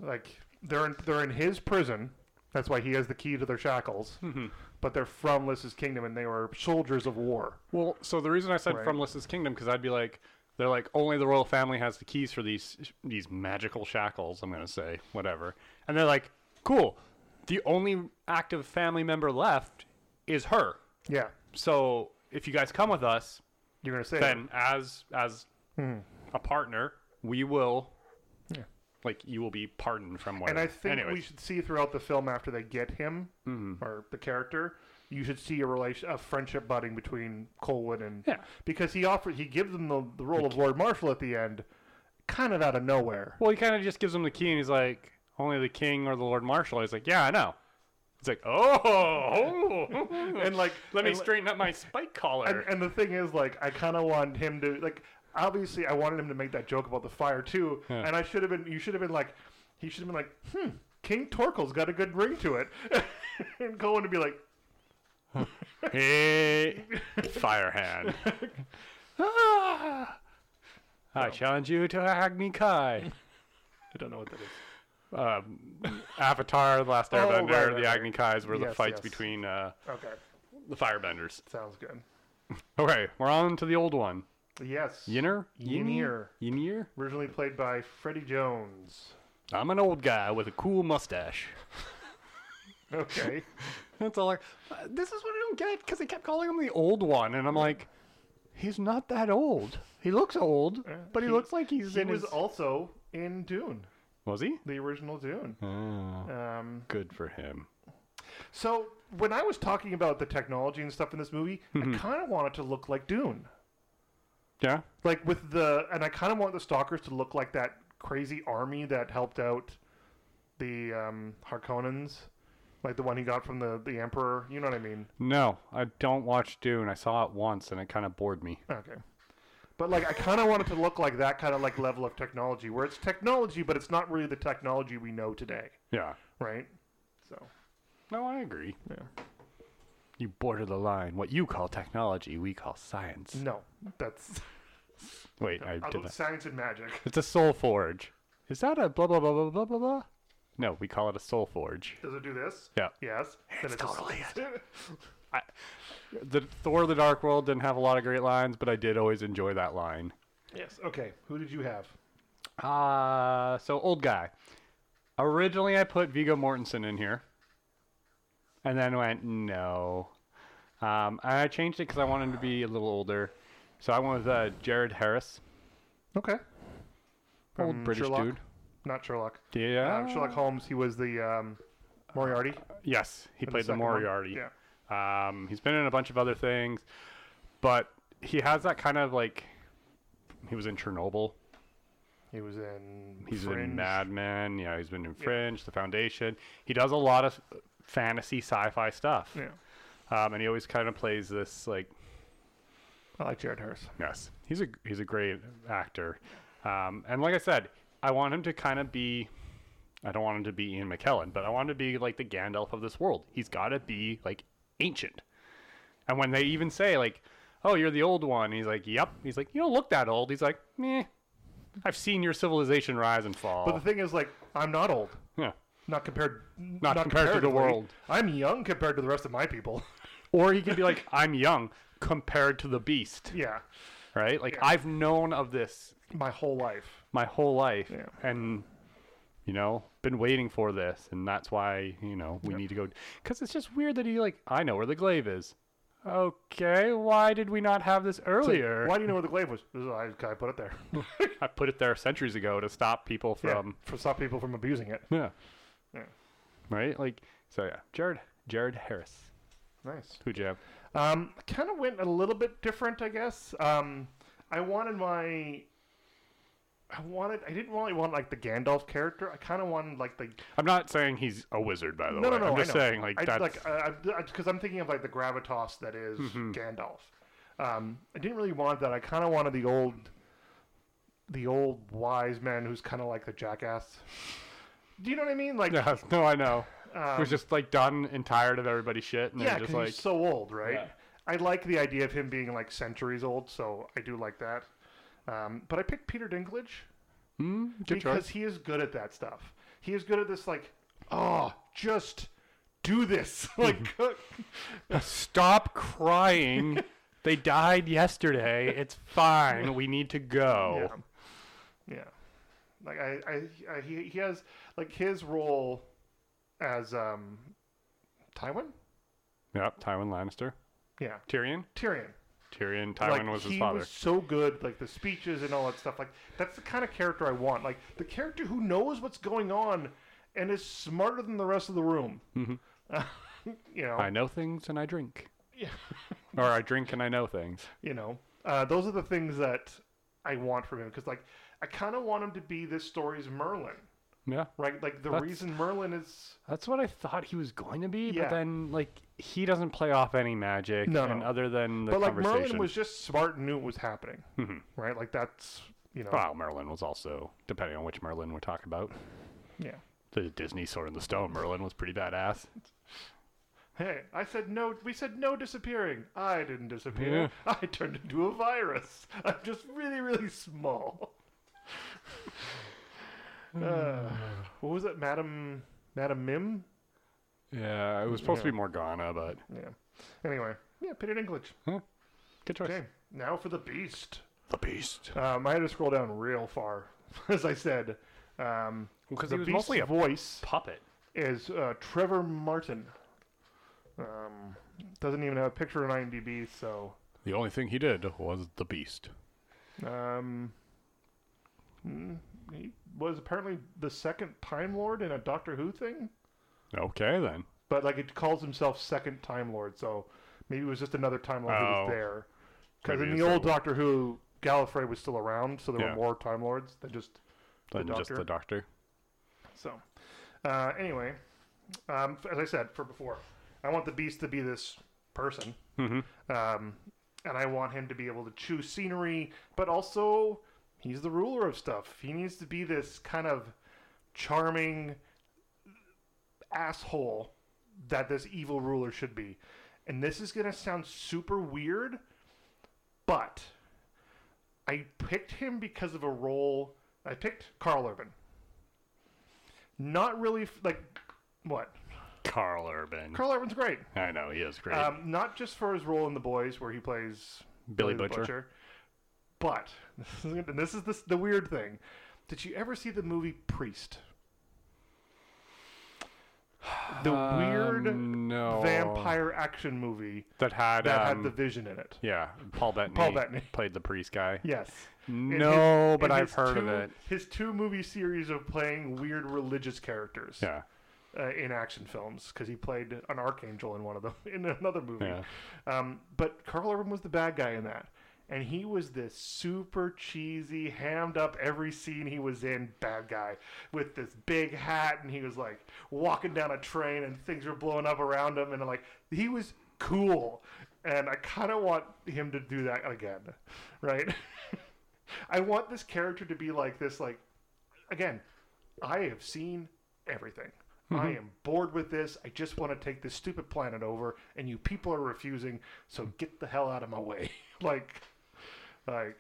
Like they're in, they're in his prison. That's why he has the key to their shackles.
Mm-hmm.
But they're from Lys's kingdom, and they were soldiers of war.
Well, so the reason I said
Right.
from Lissa's kingdom because I'd be like, they're like only the royal family has the keys for these these magical shackles. I'm gonna say whatever, and they're like, cool. The only active family member left is her.
Yeah,
So if you guys come with us,
you're gonna say
then as as a partner, we will.
Mm-hmm. Yeah.
Like you will be pardoned from whatever.
And I think
Anyways. Mm-hmm.
we should see throughout the film after they get him or the character, you should see a relation, a friendship budding between Colwood and
Yeah.
because he offered he gives them the, the role of Lord Marshal at the end, kind of out of nowhere.
Well, he kind of just gives him the key, and he's like, "Only the king or the lord marshal." He's like, "Yeah, I know." He's like, "Oh, (laughs)
And like,
let me
and,
straighten up my spike
and,
collar."
and the thing is, like, I kind of want him to like. Obviously, I wanted him to make that joke about the fire too,
Yeah.
and I should have been. You should have been like, he should have been like, hmm, King Torkel's got a good ring to it, (laughs) and Colwood would be like,
hey, fire
(laughs)
hand. Ah, I challenge you to Agni Kai.
I don't know what that is.
Um, Avatar, The Last
Oh,
Airbender,
right, right,
the
right.
Agni Kais were the
Yes,
fights
yes.
between uh,
Okay,
the firebenders.
sounds good.
Okay, we're on to the old one.
Yes.
Yinner?
Ynir.
Ynir?
Originally played by Freddie Jones.
I'm an old guy with a cool mustache. (laughs)
Okay.
That's all. I, uh, this is what I don't get because they kept calling him the old one, and I'm like, he's not that old. He looks old, but he,
Uh, he-
looks like he's
he
in
was
his.
also in Dune,
was he?
the original Dune. Um,
good for him.
so when I was talking about the technology and stuff in this movie, I kind of want it to look like Dune,
Yeah.
like with the, and I kind of want the stalkers to look like that crazy army that helped out the um, Harkonnens, like the one he got from the the Emperor. You know what I mean?
No, I don't watch Dune. I saw it once, and it kind of bored me.
Okay. But like I kind of want it to look like that kind of like level of technology where it's technology but it's not really the technology we know today,
Yeah.
right? So,
No, I agree.
yeah.
You border the line. What you call technology, we call science.
No, that's
Wait, I
Mm. I
did
love
that.
science and magic.
It's a soul forge. Is that a blah blah blah blah blah blah blah? No, we call it a soul forge.
Does it do this?
Yeah.
Yes. Then
It's
a-
totally it. I, the Thor: The Dark World didn't have a lot of great lines, but I did always enjoy that line.
(laughs) yes. Okay. Who did you have?
Uh, so old guy. Originally, I put Vigo Mortensen in here, and then went no. Um, I changed it because I wanted him to be a little older, so I went with uh, Jared Harris,
Okay.
old
From
British
Mm, Sherlock?
dude.
Not Sherlock.
Yeah,
Um, Sherlock Holmes, he was the um, Moriarty. in
Yes, he played the
second one.
Moriarty.
Yeah.
Um, he's been in a bunch of other things, but he has that kind of like. He was in Chernobyl.
He was in
He's in
Fringe.
Mad Men. Yeah, he's been in Fringe, The Foundation. He does a lot of fantasy, sci-fi stuff,
Yeah.
um, and he always kind of plays this like.
I like Jared Harris.
Yes, he's a he's a great actor, um, and like I said, I want him to kind of be. I don't want him to be Ian McKellen, but I want him to be like the Gandalf of this world. He's got to be like ancient, and when they even say like, "Oh, you're the old one," he's like, "Yep." He's like, "You don't look that old." He's like, "Meh." I've seen your civilization rise and fall.
But the thing is like I'm not old.
yeah.
Not compared.
not, compared to the
comparatively.
world.
I'm young compared to the rest of my people. (laughs)
Or he could be like, I'm young compared to the beast,
yeah,
right? Like
Yeah.
I've known of this
my whole life.
my whole life,
Yeah.
and you know, been waiting for this, and that's why you know we need to go. Because it's just weird that he like, I know where the glaive is. Okay, why did we not have this earlier?
Why do you know where the glaive was? This is- I, I put it there.
I put it there centuries ago to stop people
(laughs) Yeah,
from
for stop people from abusing it.
yeah,
Yeah.
right. Like so, yeah. Jared Jared Harris,
Nice.
who you have?
Um, kind of went a little bit different, I guess. Um, I wanted my. I wanted. I didn't really want like the Gandalf character. I kind of wanted like the.
I'm not saying he's a wizard, by the
no,
way.
no, no.
I'm just
I know.
saying like
I,
that's
like because I'm thinking of like the gravitas that is
Mm-hmm.
Gandalf. Um, I didn't really want that. I kind of wanted the old, the old wise man who's kind of like the jackass. Do you know what I mean? Like,
yeah. (laughs) No, I know.
um,
We're just like done and tired of everybody's shit, and
yeah,
then just
because
like
he's so old, right?
Yeah.
I like the idea of him being like centuries old, so I do like that. Um, but I picked Peter Dinklage
hmm, good
because
choice.
he is good at that stuff. He is good at this, like, oh, just do this. (laughs)
(laughs)
like,
Stop crying. (laughs) they died yesterday. It's fine. We need to go.
Yeah. yeah. Like I, I, I he, he has like his role as um Tywin?
Yep. Tywin Lannister.
Yeah.
Tyrion.
Tyrion.
Tyrion. Tywin
like,
was his
he
father.
was so good, like the speeches and all that stuff. Like that's the kind of character I want. Like the character who knows what's going on and is smarter than the rest of the room.
Mhm.
(laughs) you know.
I know things and I drink.
Yeah.
or I drink and I know things.
you know uh, those are the things that i want from him because like i kind of want him to be this story's merlin
Yeah.
right like the
That's-
reason merlin is
That's what I thought he was going to be,
Yeah.
but then like he doesn't play off any magic.
No,
And
no.
other than the
but like
conversation.
merlin was just smart and knew what was happening
Mhm.
right like that's you know
Well, Merlin was also depending on which Merlin we're talking about.
yeah
The Disney Sword in the Stone Merlin was pretty badass.
hey i said no we said no disappearing i didn't disappear i turned into a virus i'm just really really small
(sighs)
uh, what was it madam madam mim
Yeah, it was supposed to be Morgana, but
yeah anyway yeah peter dinklage
good choice.
okay now for the beast
The Beast.
Um, I had to scroll down real far, (laughs) as I said. Um,
Because
the
he was
beast's
mostly a
voice
puppet.
is uh, Trevor Martin. Um, doesn't even have a picture on IMDb, so
The only thing he did was the Beast.
um, mm, he was apparently the second Time Lord in a Doctor Who thing,
Okay, then.
but like it calls himself Second Time Lord, so maybe it was just another Time Lord who
Oh.
was there. Because
Maybe
in
it's
the
a-
old Doctor Who, Gallifrey was still around, so there
Yeah.
were more Time Lords than just
Then just
Doctor.
the Doctor.
So, uh, anyway, um, f- as I said for before, I want the beast to be this person,
Mm-hmm.
um, and I want him to be able to choose scenery, but also he's the ruler of stuff. He needs to be this kind of charming asshole that this evil ruler should be. And this is gonna sound super weird, but I picked him because of a role. I picked Carl Urban. Not really f- like what
Carl Urban.
Carl Urban's great.
I know, he is great.
Um, not just for his role in The Boys, where he plays
Billy
the
Butcher.
but (laughs) this is, and this is the, the weird thing. Did you ever see the movie Priest? (sighs) The weird
Um, no.
vampire action movie
that had,
that
um,
had the vision in it.
yeah Paul Bettany.
Paul Bettany.
played the priest guy.
Yes. And
No,
his-
but
and
I've
his
heard of
two-
it.
His two movie series of playing weird religious characters
Yeah,
uh, in action films because he played an archangel in one of them (laughs) in another movie.
yeah.
Um, but Carl Urban was the bad guy in that. And he was this super cheesy, hammed up every scene he was in, bad guy with this big hat. And he was like walking down a train and things were blowing up around him. And like, he was cool. And I kind of want him to do that again, right? (laughs) I want this character to be like this, like, again, I have seen everything. I am bored with this. I just want to take this stupid planet over, and you people are refusing. So get the hell out of my way. (laughs) like, like.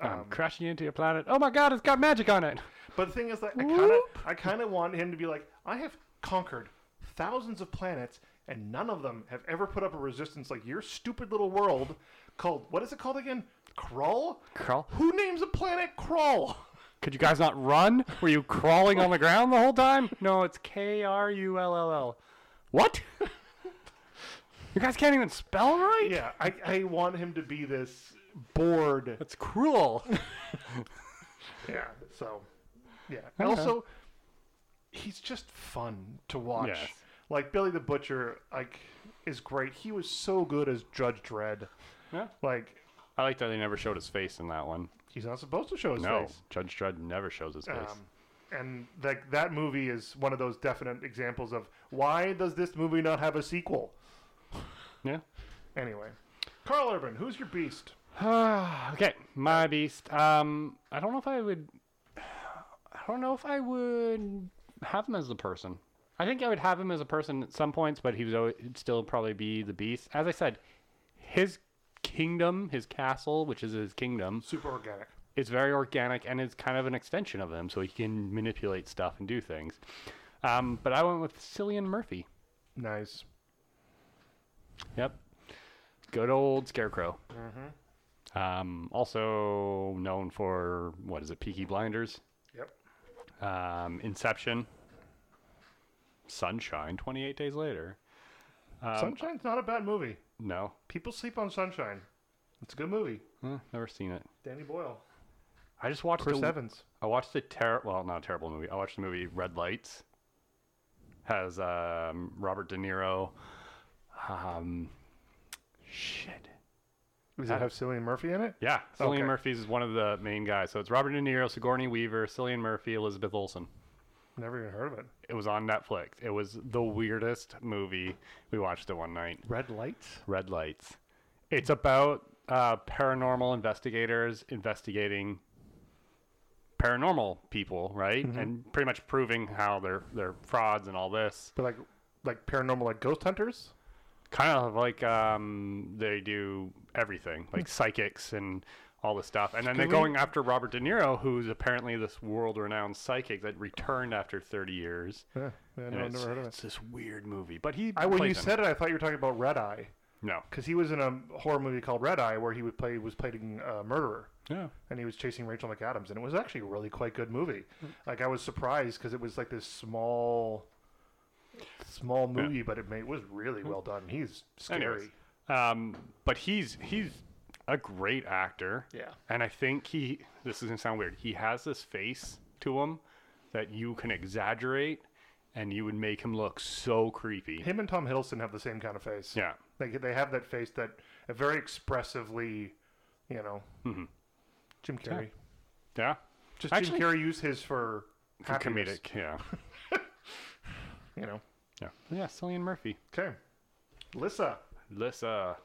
I'm
Um,
crashing into your planet. Oh my God, it's got magic on it.
but the thing is, like, I kind of, I kind of want him to be like, I have conquered thousands of planets, and none of them have ever put up a resistance like your stupid little world called what is it called again? Krull?
Crawl?
Who names a planet Krull?
Could you guys not run? Were you crawling (laughs) on the ground the whole time? No, it's K R U L L L. What? (laughs) You guys can't even spell right?
Yeah, I, I want him to be this bored.
That's cruel.
Yeah. So, yeah. And also, he's just fun to watch.
Yes.
Like Billy the Butcher, like is great. He was so good as Judge Dredd.
Yeah.
Like
(laughs) I like that they never showed his face in that one.
he's not supposed to show his
No,
face.
Judge Dredd never shows his face.
Um, and like that movie is one of those definite examples of why does this movie not have a sequel?
yeah.
Anyway, Carl Urban, who's your beast?
Ah, okay, my beast. Um, I don't know if I would. I don't know if I would have him as a person. I think I would have him as a person at some points, but he was always, he'd still probably be the beast. As I said, his kingdom, his castle, which is his kingdom,
Super organic.
it's very organic and it's kind of an extension of him, so he can manipulate stuff and do things. Um, but I went with Cillian Murphy.
Nice.
Yep. Good old Scarecrow.
Mm-hmm.
Um, also known for, what is it, Peaky Blinders,
Yep.
um, Inception, Sunshine, 28 Days Later.
Sunshine's not a bad movie.
No,
People sleep on Sunshine. It's a good movie.
eh, never seen it.
Danny Boyle.
I just watched
Chris
a-
Evans.
I watched the ter well, not a terrible movie. I watched the movie Red Lights. Has um, Robert De Niro. Um, shit.
Does it have Cillian Murphy in it?
Yeah, Cillian
Okay.
Murphy's one of the main guys. So it's Robert De Niro, Sigourney Weaver, Cillian Murphy, Elizabeth Olsen.
Never even heard of it.
It was on Netflix. It was the weirdest movie. We watched it one night.
Red Lights?
Red Lights. It's about uh, paranormal investigators investigating paranormal people, right? And pretty much proving how they're they're frauds and all this.
But like like paranormal like ghost hunters?
Kind of like um, they do everything, like psychics and all this stuff. And then they're
we-
going after Robert De Niro, who's apparently this world-renowned psychic that returned after 30 years.
Yeah, yeah
And
no, I've
it's,
never heard of
it's
it.
this weird movie, but he.
I, when you
plays him.
said it, I thought you were talking about Red Eye.
no,
Because he was in a horror movie called Red Eye where he would play was playing a murderer.
yeah,
and he was chasing Rachel McAdams, and it was actually a really quite good movie. Like I was surprised because it was like this small, small movie, but it, made, it was really well done. He's scary.
Anyways, um, but he's he's a great actor.
Yeah.
And I think he this is gonna sound weird. He has this face to him that you can exaggerate and you would make him look so creepy.
Him and Tom Hiddleston have the same kind of face.
Yeah.
they they have that face that a very expressively, you know, Jim Carrey.
Yeah.
Just
Actually-
Jim Carrey used his for
Com-
happiness,
Comedic. Yeah.
You know.
(laughs) Yeah. Yeah, Cillian Murphy.
Okay, Lissa,
Lissa.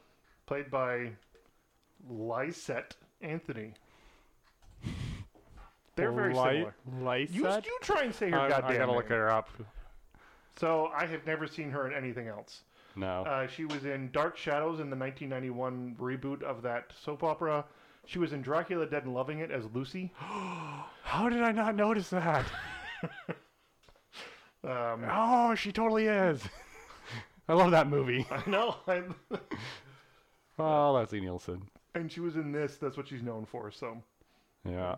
played by Lysette Anthony. They're very similar. You,
Lyset?
you try and say her
I,
goddamn
I gotta
name.
look her up.
So I have never seen her in anything else.
No.
Uh, she was in Dark Shadows in the 1991 reboot of that soap opera. She was in Dracula Dead and Loving It as Lucy.
How did I not notice that? (laughs)
Um,
oh, she totally is. (laughs) I love that movie.
(laughs) I know. I,
Oh, Leslie Nielsen.
and she was in this. That's what she's known for. So
Yeah.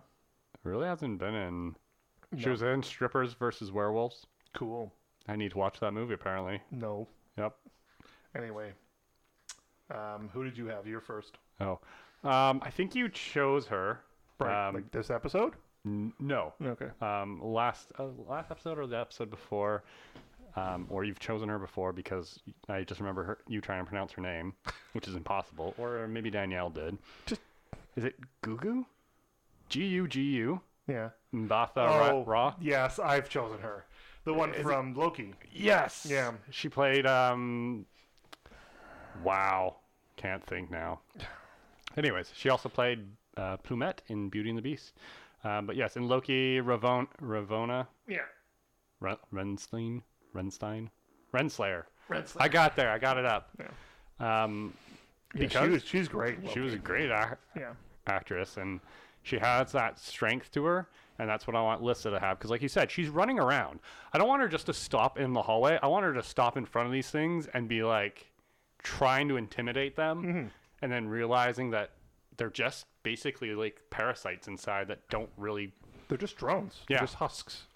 Really hasn't been in. She
No.
was in Strippers versus Werewolves.
cool.
I need to watch that movie, apparently.
No.
Yep.
Anyway, um, who did you have? You're first.
Oh. Um, I think you chose her.
Right.
Um,
like this episode.
n- no.
Okay.
Um, last uh, last episode or the episode before, um, or you've chosen her before because I just remember her, you trying to pronounce her name, which is impossible. Or maybe Danielle did.
Just-
is it Gugu? G U G U
Yeah.
Mbatha
Oh,
Ra- Ra.
yes, I've chosen her. The one from Loki.
Yes.
Yeah.
She played um Wow. Can't think now. Anyways, she also played uh, Plumet in Beauty and the Beast. Um, but yes, in Loki, Ravon- Ravona,
Yeah.
Ren- Renstein, Renstein, Renslayer.
Red
I got there. I got it up.
Yeah.
Um,
Yeah,
because
she was, she's great. in
she
Loki.
was a great ac-
Yeah.
actress, and she has that strength to her, and that's what I want Lissa to have. Because, like you said, she's running around. I don't want her just to stop in the hallway. I want her to stop in front of these things and be like trying to intimidate them, and then realizing that they're just basically like parasites inside that don't really.
They're just drones. They're
Yeah.
just husks.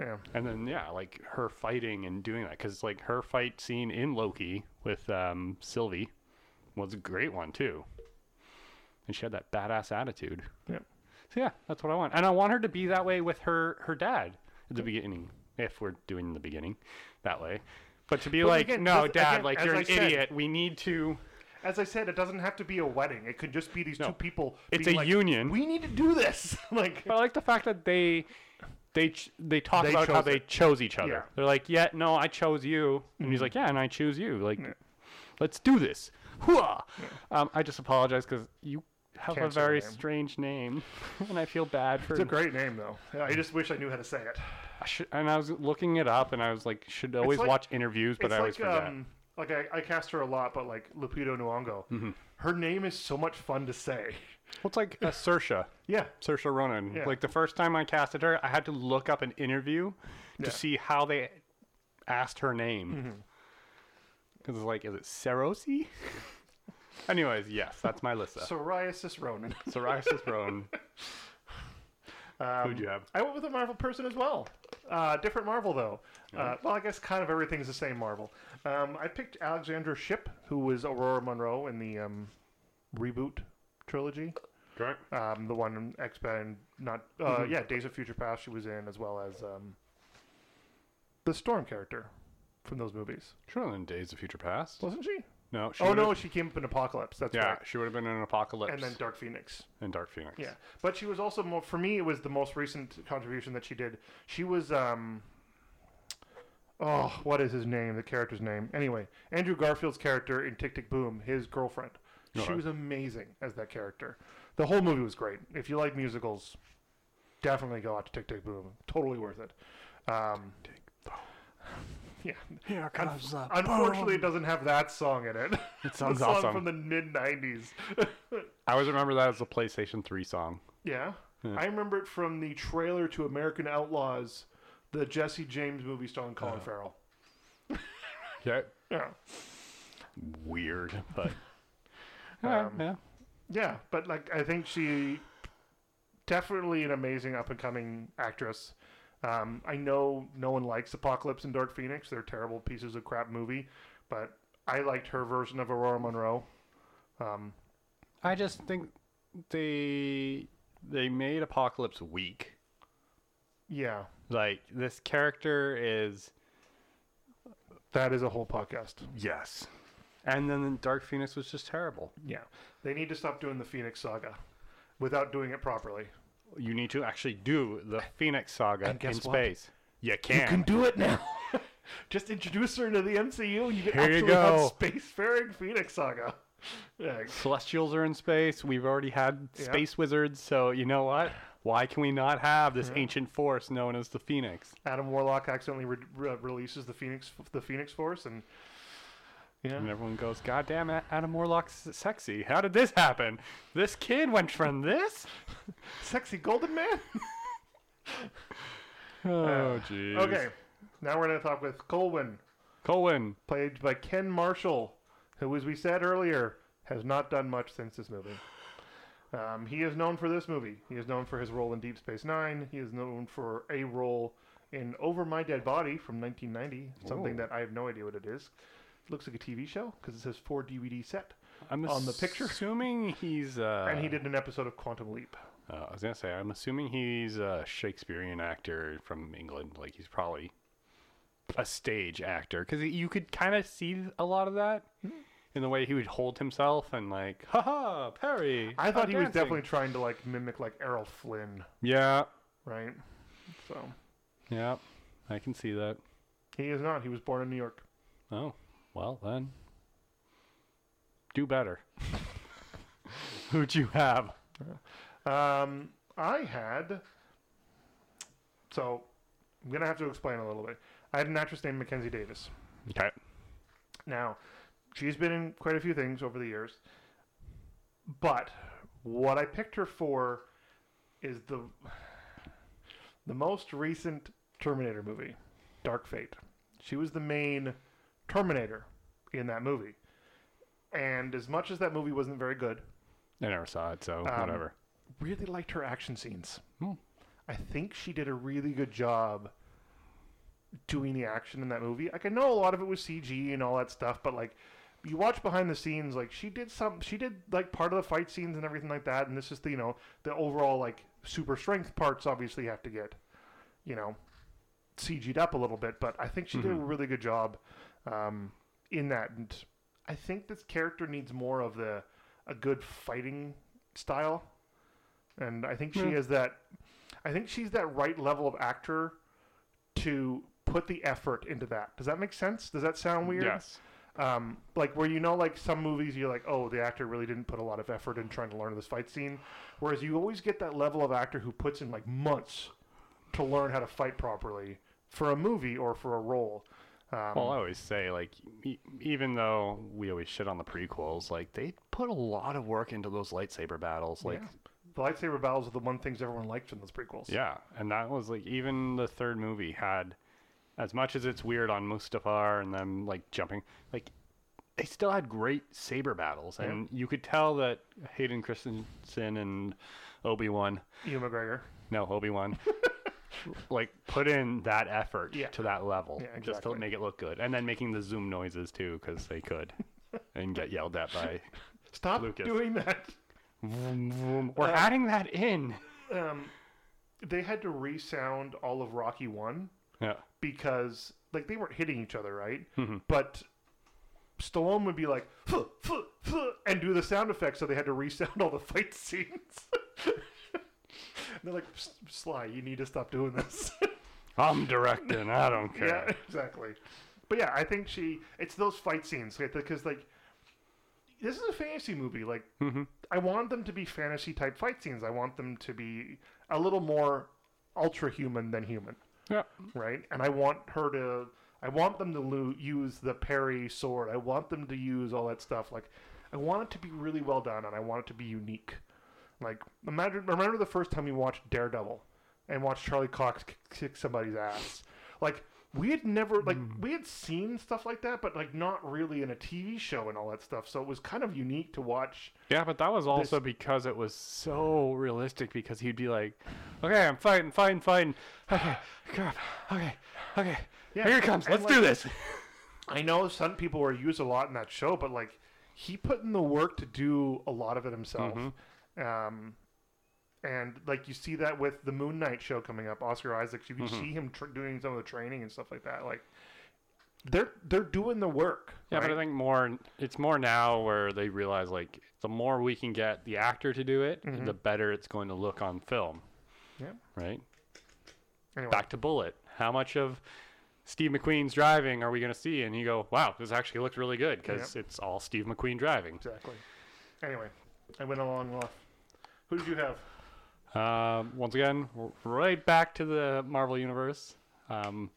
Yeah.
And then yeah, like her fighting and doing that because like her fight scene in Loki with um, Sylvie was a great one too, and she had that badass attitude.
Yeah.
So yeah, that's what I want, and I want her to be that way with her her dad at the beginning, if we're doing the beginning that way. But to be
But
like,
again,
no,
that's-
dad,
again,
like
as
you're
I
an
said-
idiot. We need to.
As I said, it doesn't have to be a wedding. It could just be these
No.
two people.
It's
being
a
like,
union.
We need to do this. (laughs) like,
But I like the fact that they they ch- they talk
They
about how
chose
they
it.
chose each other.
Yeah. Mm-hmm.
They're like, yeah, no, I chose you, and he's like, yeah, and I choose you. Like, let's do this. Hooah! Um, I just apologize because you have
Can't say
a
her
very
name.
strange name, (laughs) and I feel bad for.
it's a great name though. Yeah, I just wish I knew how to say it.
I should, and I was looking it up, and I was like, should always
like-
watch interviews, but
it's
I always
like
forget.
um, like I, I cast her a lot, but like Lupito Nyong'o,
Mm-hmm.
her name is so much fun to say. (laughs)
Well, it's like a Sersha,
Yeah,
Sersha Ronan.
Yeah.
Like the first time I casted her, I had to look up an interview
Yeah. Mm-hmm.
to see how they asked her name. Because it's like, is it Serosi? (laughs) Anyways, yes, that's my Lissa. (laughs)
psoriasis Ronan.
Psoriasis Ronan. (laughs) Who'd you have?
Um, I went with a Marvel person as well. Uh, different Marvel though. Uh, well, I guess kind of everything's the same Marvel. Um, I picked Alexandra Ship, who was Aurora Monroe in the um, reboot trilogy.
Great.
Um, the one X Men, not uh,
Mm-hmm.
yeah, Days of Future Past. She was in as well as um, the Storm character from those movies,
Sure, in Days of Future Past.
wasn't she?
No. She
Oh
would've-
no, she came up in Apocalypse. That's
Yeah,
right.
she would have been in Apocalypse
And then Dark Phoenix.
and Dark Phoenix.
Yeah, but she was also more, for me. It was the most recent contribution that she did. She was um. Oh, what is his name? The character's name. Anyway, Andrew Garfield's character in Tick Tick Boom, his girlfriend. She
Okay.
was amazing as that character. The whole movie was great. If you like musicals, definitely go out to Tick Tick Boom. Totally worth it. Um, (laughs) yeah.
Here comes the
Unfortunately, it doesn't have that song in it. (laughs)
It sounds
the song
awesome.
from the mid '90s.
I always remember that as a PlayStation 3 song.
Yeah. I remember it from the trailer to American Outlaws, the Jesse James movie starring Colin
Uh-huh.
Farrell.
(laughs) Yeah.
Yeah.
Weird, but. Alright,
Um,
yeah.
Yeah, but like I think she definitely an amazing up and coming actress. Um, I know no one likes Apocalypse and Dark Phoenix. They're terrible pieces of crap movie, but I liked her version of Aurora Monroe. Um,
I just think they they made Apocalypse weak.
yeah,
Like this character is
that is a whole podcast.
yes, and then Dark Phoenix was just terrible.
Yeah. They need to stop doing the Phoenix saga without doing it properly.
You need to actually do the Phoenix Saga
And guess
in
what?
space. You can.
You can do it now. (laughs) Just introduce her into the MCU and you can
Here you
actually
go.
have spacefaring Phoenix Saga. (laughs) Yeah,
Celestials are in space. We've already had
Yeah.
space wizards, so you know what? Why can we not have this ancient force known as the Phoenix?
Adam Warlock accidentally re- re- releases the Phoenix the Phoenix Force and yeah.
And everyone goes, "God damn it, Adam Warlock's sexy. How did this happen? This kid went from
(laughs)
this."
Sexy Golden Man.
Oh, jeez.
(laughs) okay. Now we're going to talk with Colwyn,
Colin,
played by Ken Marshall, who as we said earlier has not done much since this movie. Um, he is known for this movie. He is known for his role in Deep Space Nine. He is known for a role in Over My Dead Body from 1990, something
Ooh.
that I have no idea what it is. looks like a TV show because it says four DVD set.
I'm
on the picture.
Assuming he's uh,
and he did an episode of Quantum Leap.
uh, I was gonna say I'm assuming he's a Shakespearean actor from England. Like he's probably a stage actor because you could kind of see a lot of that
Hmm.
in the way he would hold himself and like, haha, Perry.
I
I'm
thought he was
Oh, dancing."
definitely trying to like mimic like Errol Flynn,
Yeah,
right? So
yeah, I can see that.
he is not. He was born in New York.
Oh, well then, do
(laughs)
better. Who'd you have?
Um, I had. So, I'm gonna have to explain a little bit. I had an actress named Mackenzie Davis.
Okay.
Now, she's been in quite a few things over the years, but What I picked her for is the the most recent Terminator movie, Dark Fate. She was the main Terminator in that movie. And as much as that movie wasn't very good,
I never saw it, so
Um,
whatever.
really liked her action scenes.
Hmm.
I think she did a really good job doing the action in that movie. Like I know a lot of it was CG and all that stuff, but like you watch behind the scenes, like she did some, she did like part of the fight scenes and everything like that. And this is the you know the overall like super strength parts obviously have to get you know CG'd up a little bit, but I think she did a really good job um, in that. And I think this character needs more of the a good fighting style, and I think she
Yeah.
is that. I think she's that right level of actor to put the effort into that. Does that make sense? Does that sound weird?
Yes.
um, like where you know like some movies you're like oh the actor really didn't put a lot of effort in trying to learn this fight scene whereas you always get that level of actor who puts in like months to learn how to fight properly for a movie or for a role um,
Well, I always say, like, e- even though we always shit on the prequels, like, they put a lot of work into those lightsaber battles. Like,
yeah. the lightsaber battles are the one things everyone liked from those prequels
Yeah, and that was like even the third movie had, as much as it's weird on Mustafar and them like jumping, like they still had great saber battles, and you could tell that Hayden Christensen and Obi Wan,
Ewan McGregor
no Obi
(laughs)
Wan, like put in that effort
Yeah.
to that level
Yeah,
just to
exactly.
make it look good, and then making the zoom noises too because they
(laughs)
could, and get yelled at by.
stop
Lucas.
doing that
Vroom, vroom. We're
Uh,
adding that in.
um, they had to resound all of Rocky 1
Yeah.
because like they weren't hitting each other, right?
Mhm.
But Stallone would be like "Fuh, fuh, fuh," and do the sound effects, so they had to resound all the fight scenes. (laughs) And they're like, "S- Sly, you need to stop doing this. (laughs)
I'm directing. I don't care.
yeah, (laughs) exactly. But yeah, I think she. It's those fight scenes because like this is a fantasy movie. Like
Mm-hmm.
I want them to be fantasy type fight scenes. I want them to be a little more ultra human than human
Yeah.
right? And I want her to, I want them to lo- use the parry sword. I want them to use all that stuff. Like, I want it to be really well done, and I want it to be unique. Like, imagine, remember the first time we watched Daredevil, and watched Charlie Cox kick, kick somebody's ass. Like, we had never, like,
Hmm.
we had seen stuff like that, but like not really in a TV show and all that stuff. So it was kind of unique to watch.
Yeah, but that was also because it was so realistic. Because he'd be like, "Okay, I'm fighting, fighting, fighting. Okay, (laughs) crap. Okay, okay.
Yeah,
Here it comes.
and
Let's do
like-
this."
I know some people were used a lot in that show, but like he put in the work to do a lot of it himself. Um, and like you see that with the Moon Knight show coming up, Oscar Isaacs, you can see him tr- doing some of the training and stuff like that. Like they're they're doing the work.
Yeah, but I
right?
think more it's more now where they realize like the more we can get the actor to do it, the better it's going to look on film.
Mm-hmm. Yeah.
Right.
anyway,
Back to Bullet. How much of Steve McQueen's driving are we going to see? And you go, "Wow, this actually looks really good because it's all Steve McQueen driving."
exactly. Anyway, I went along off. Who did you have?
Um, once again, we're right back to the Marvel Universe. Um,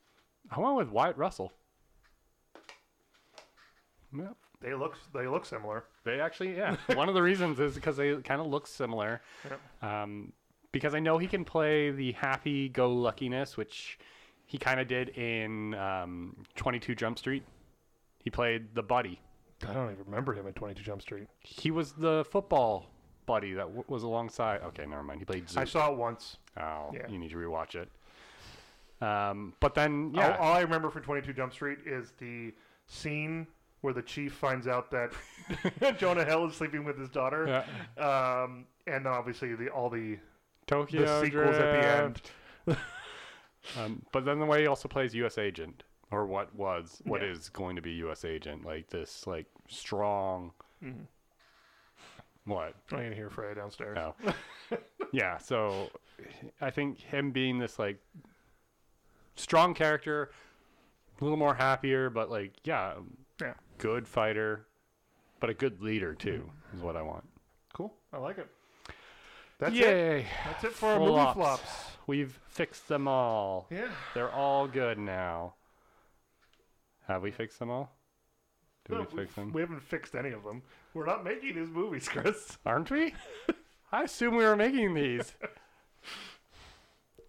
I went with Wyatt Russell. Yep.
They look they look similar.
They actually,
(laughs)
yeah. One of the reasons is because they kind of look similar. Um, because I know he can play the happy go luckiness, which he kind of did in um, 22 Jump Street. He played the buddy.
I don't even remember him in Twenty Two Jump Street.
He was the football buddy that w- was alongside. Okay, never mind. He played
I
Zeus.
saw it once.
Oh,
Yeah.
you need to rewatch it. Um, but then,
All-
yeah,
All, I remember from 22 Jump Street is the scene where the chief finds out that (laughs) Jonah Hill is sleeping with his daughter.
yeah.
Um, and then obviously the all the
Tokyo
the sequels at the end.
Drift. Um, but then the way he also plays U.S. Agent, or what was, what is
Yeah.
going to be U.S. Agent, like this, like strong.
Mm-hmm.
What?
I can hear Freya downstairs.
No. yeah. So, I think him being this like strong character, a little more happier, but like yeah,
Yeah.
good fighter, but a good leader too is what I want.
Cool. I like it. That's it.
Yay!
That's it for our
Flops.
movie flops.
We've fixed them all.
Yeah.
They're all good now. Have we fixed them all? Did
No,
we fix
we've-
them?
we haven't fixed any of them. We're not making these movies, (laughs) Chris.
Aren't we? I assume we were making these.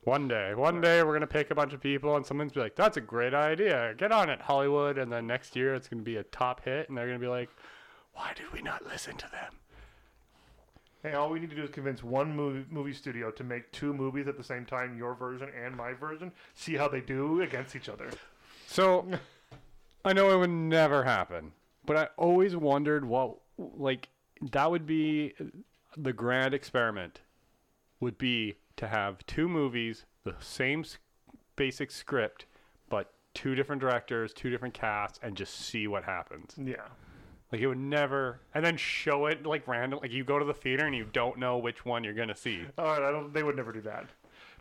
one day, one day we're gonna pick a bunch of people, and someone's be like, "That's a great idea. Get on it, Hollywood." And then next year it's gonna be a top hit, and they're gonna be like, "Why did we not listen to them?"
Hey, all we need to do is convince one movie, movie studio to make two movies at the same time, your version and my version. See how they do against each other.
So I know it would never happen, but I always wondered what like that would be the grand experiment would be to have two movies, the same s- basic script, but two different directors, two different casts and just see what happens.
Yeah.
Like it would never and then show it like random like you go to the theater and you don't know which one you're going to see.
All right, I don't. They would never do that.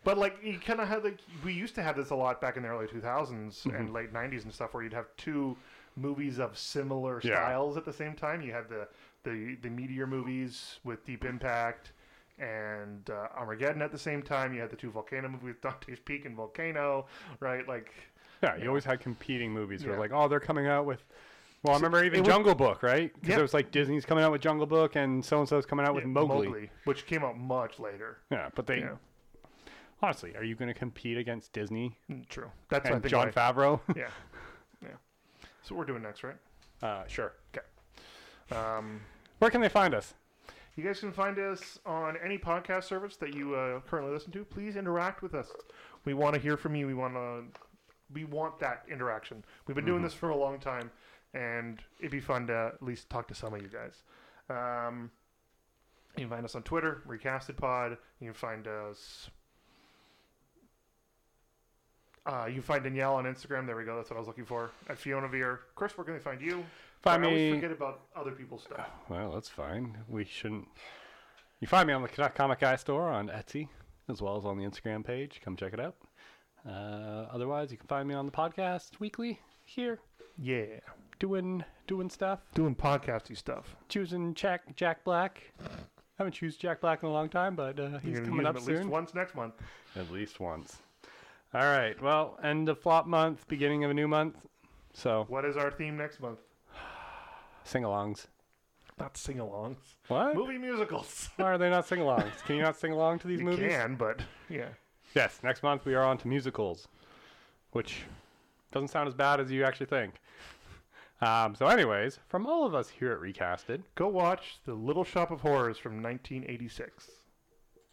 But like you kind of had like we used to have this a lot back in the early 2000s
Mm-hmm.
and late 90s and stuff, where you'd have two movies of similar
Yeah.
styles at the same time. You had the the the meteor movies with Deep Impact and uh, Armageddon at the same time. You had the two volcano movies with Dante's Peak and Volcano, right? Like
Yeah, you always had competing movies where
Yeah.
like, oh, they're coming out with. Well, I remember even
it was-
Jungle Book, right? Because
Yeah.
it was like Disney's coming out with Jungle Book and so and so's coming out with
yeah,
Mowgli.
which came out much later.
Yeah, but they
Yeah.
honestly, are you going to compete against Disney
Mm, True. That's what I
and
think.
John
why-
Favreau? (laughs)
(laughs) yeah, yeah. So we're doing next, right?
uh, sure.
Um,
Where can they find us?
You guys can find us on any podcast service that you uh, currently listen to. Please interact with us. We want to hear from you. We want to. We want that interaction. We've been
Mm-hmm.
doing this for a long time, and it'd be fun to at least talk to some of you guys. Um, you can find us on Twitter, RecastedPod. You can find us. Uh, you can find Danielle on Instagram. There we go. That's what I was looking for. At Fiona Veer. Chris, where can they find you?
Find
I always
me.
forget about other people's stuff.
Well, that's fine. We shouldn't. You find me on the Canuck Comic Guy store on Etsy, as well as on the Instagram page. Come check it out. Uh, otherwise, you can find me on the podcast weekly here,
Yeah.
doing doing stuff.
Doing podcasty stuff.
choosing Jack Jack Black. haven't choose Jack Black in a long time, but uh, he's
You're gonna
coming
use
up
them at
soon.
least once next month.
At least once. All right. Well, end of flop month, beginning of a new month. So
What is our theme next month?
sing-alongs.
Not sing-alongs.
What?
Movie musicals.
Why are they not sing-alongs? Can you not sing along to these
You
movies?
can, but yeah,
Yes. Next month we are on to musicals, which doesn't sound as bad as you actually think. Um, so, anyways, from all of us here at Recasted.
go watch The Little Shop of Horrors from 1986.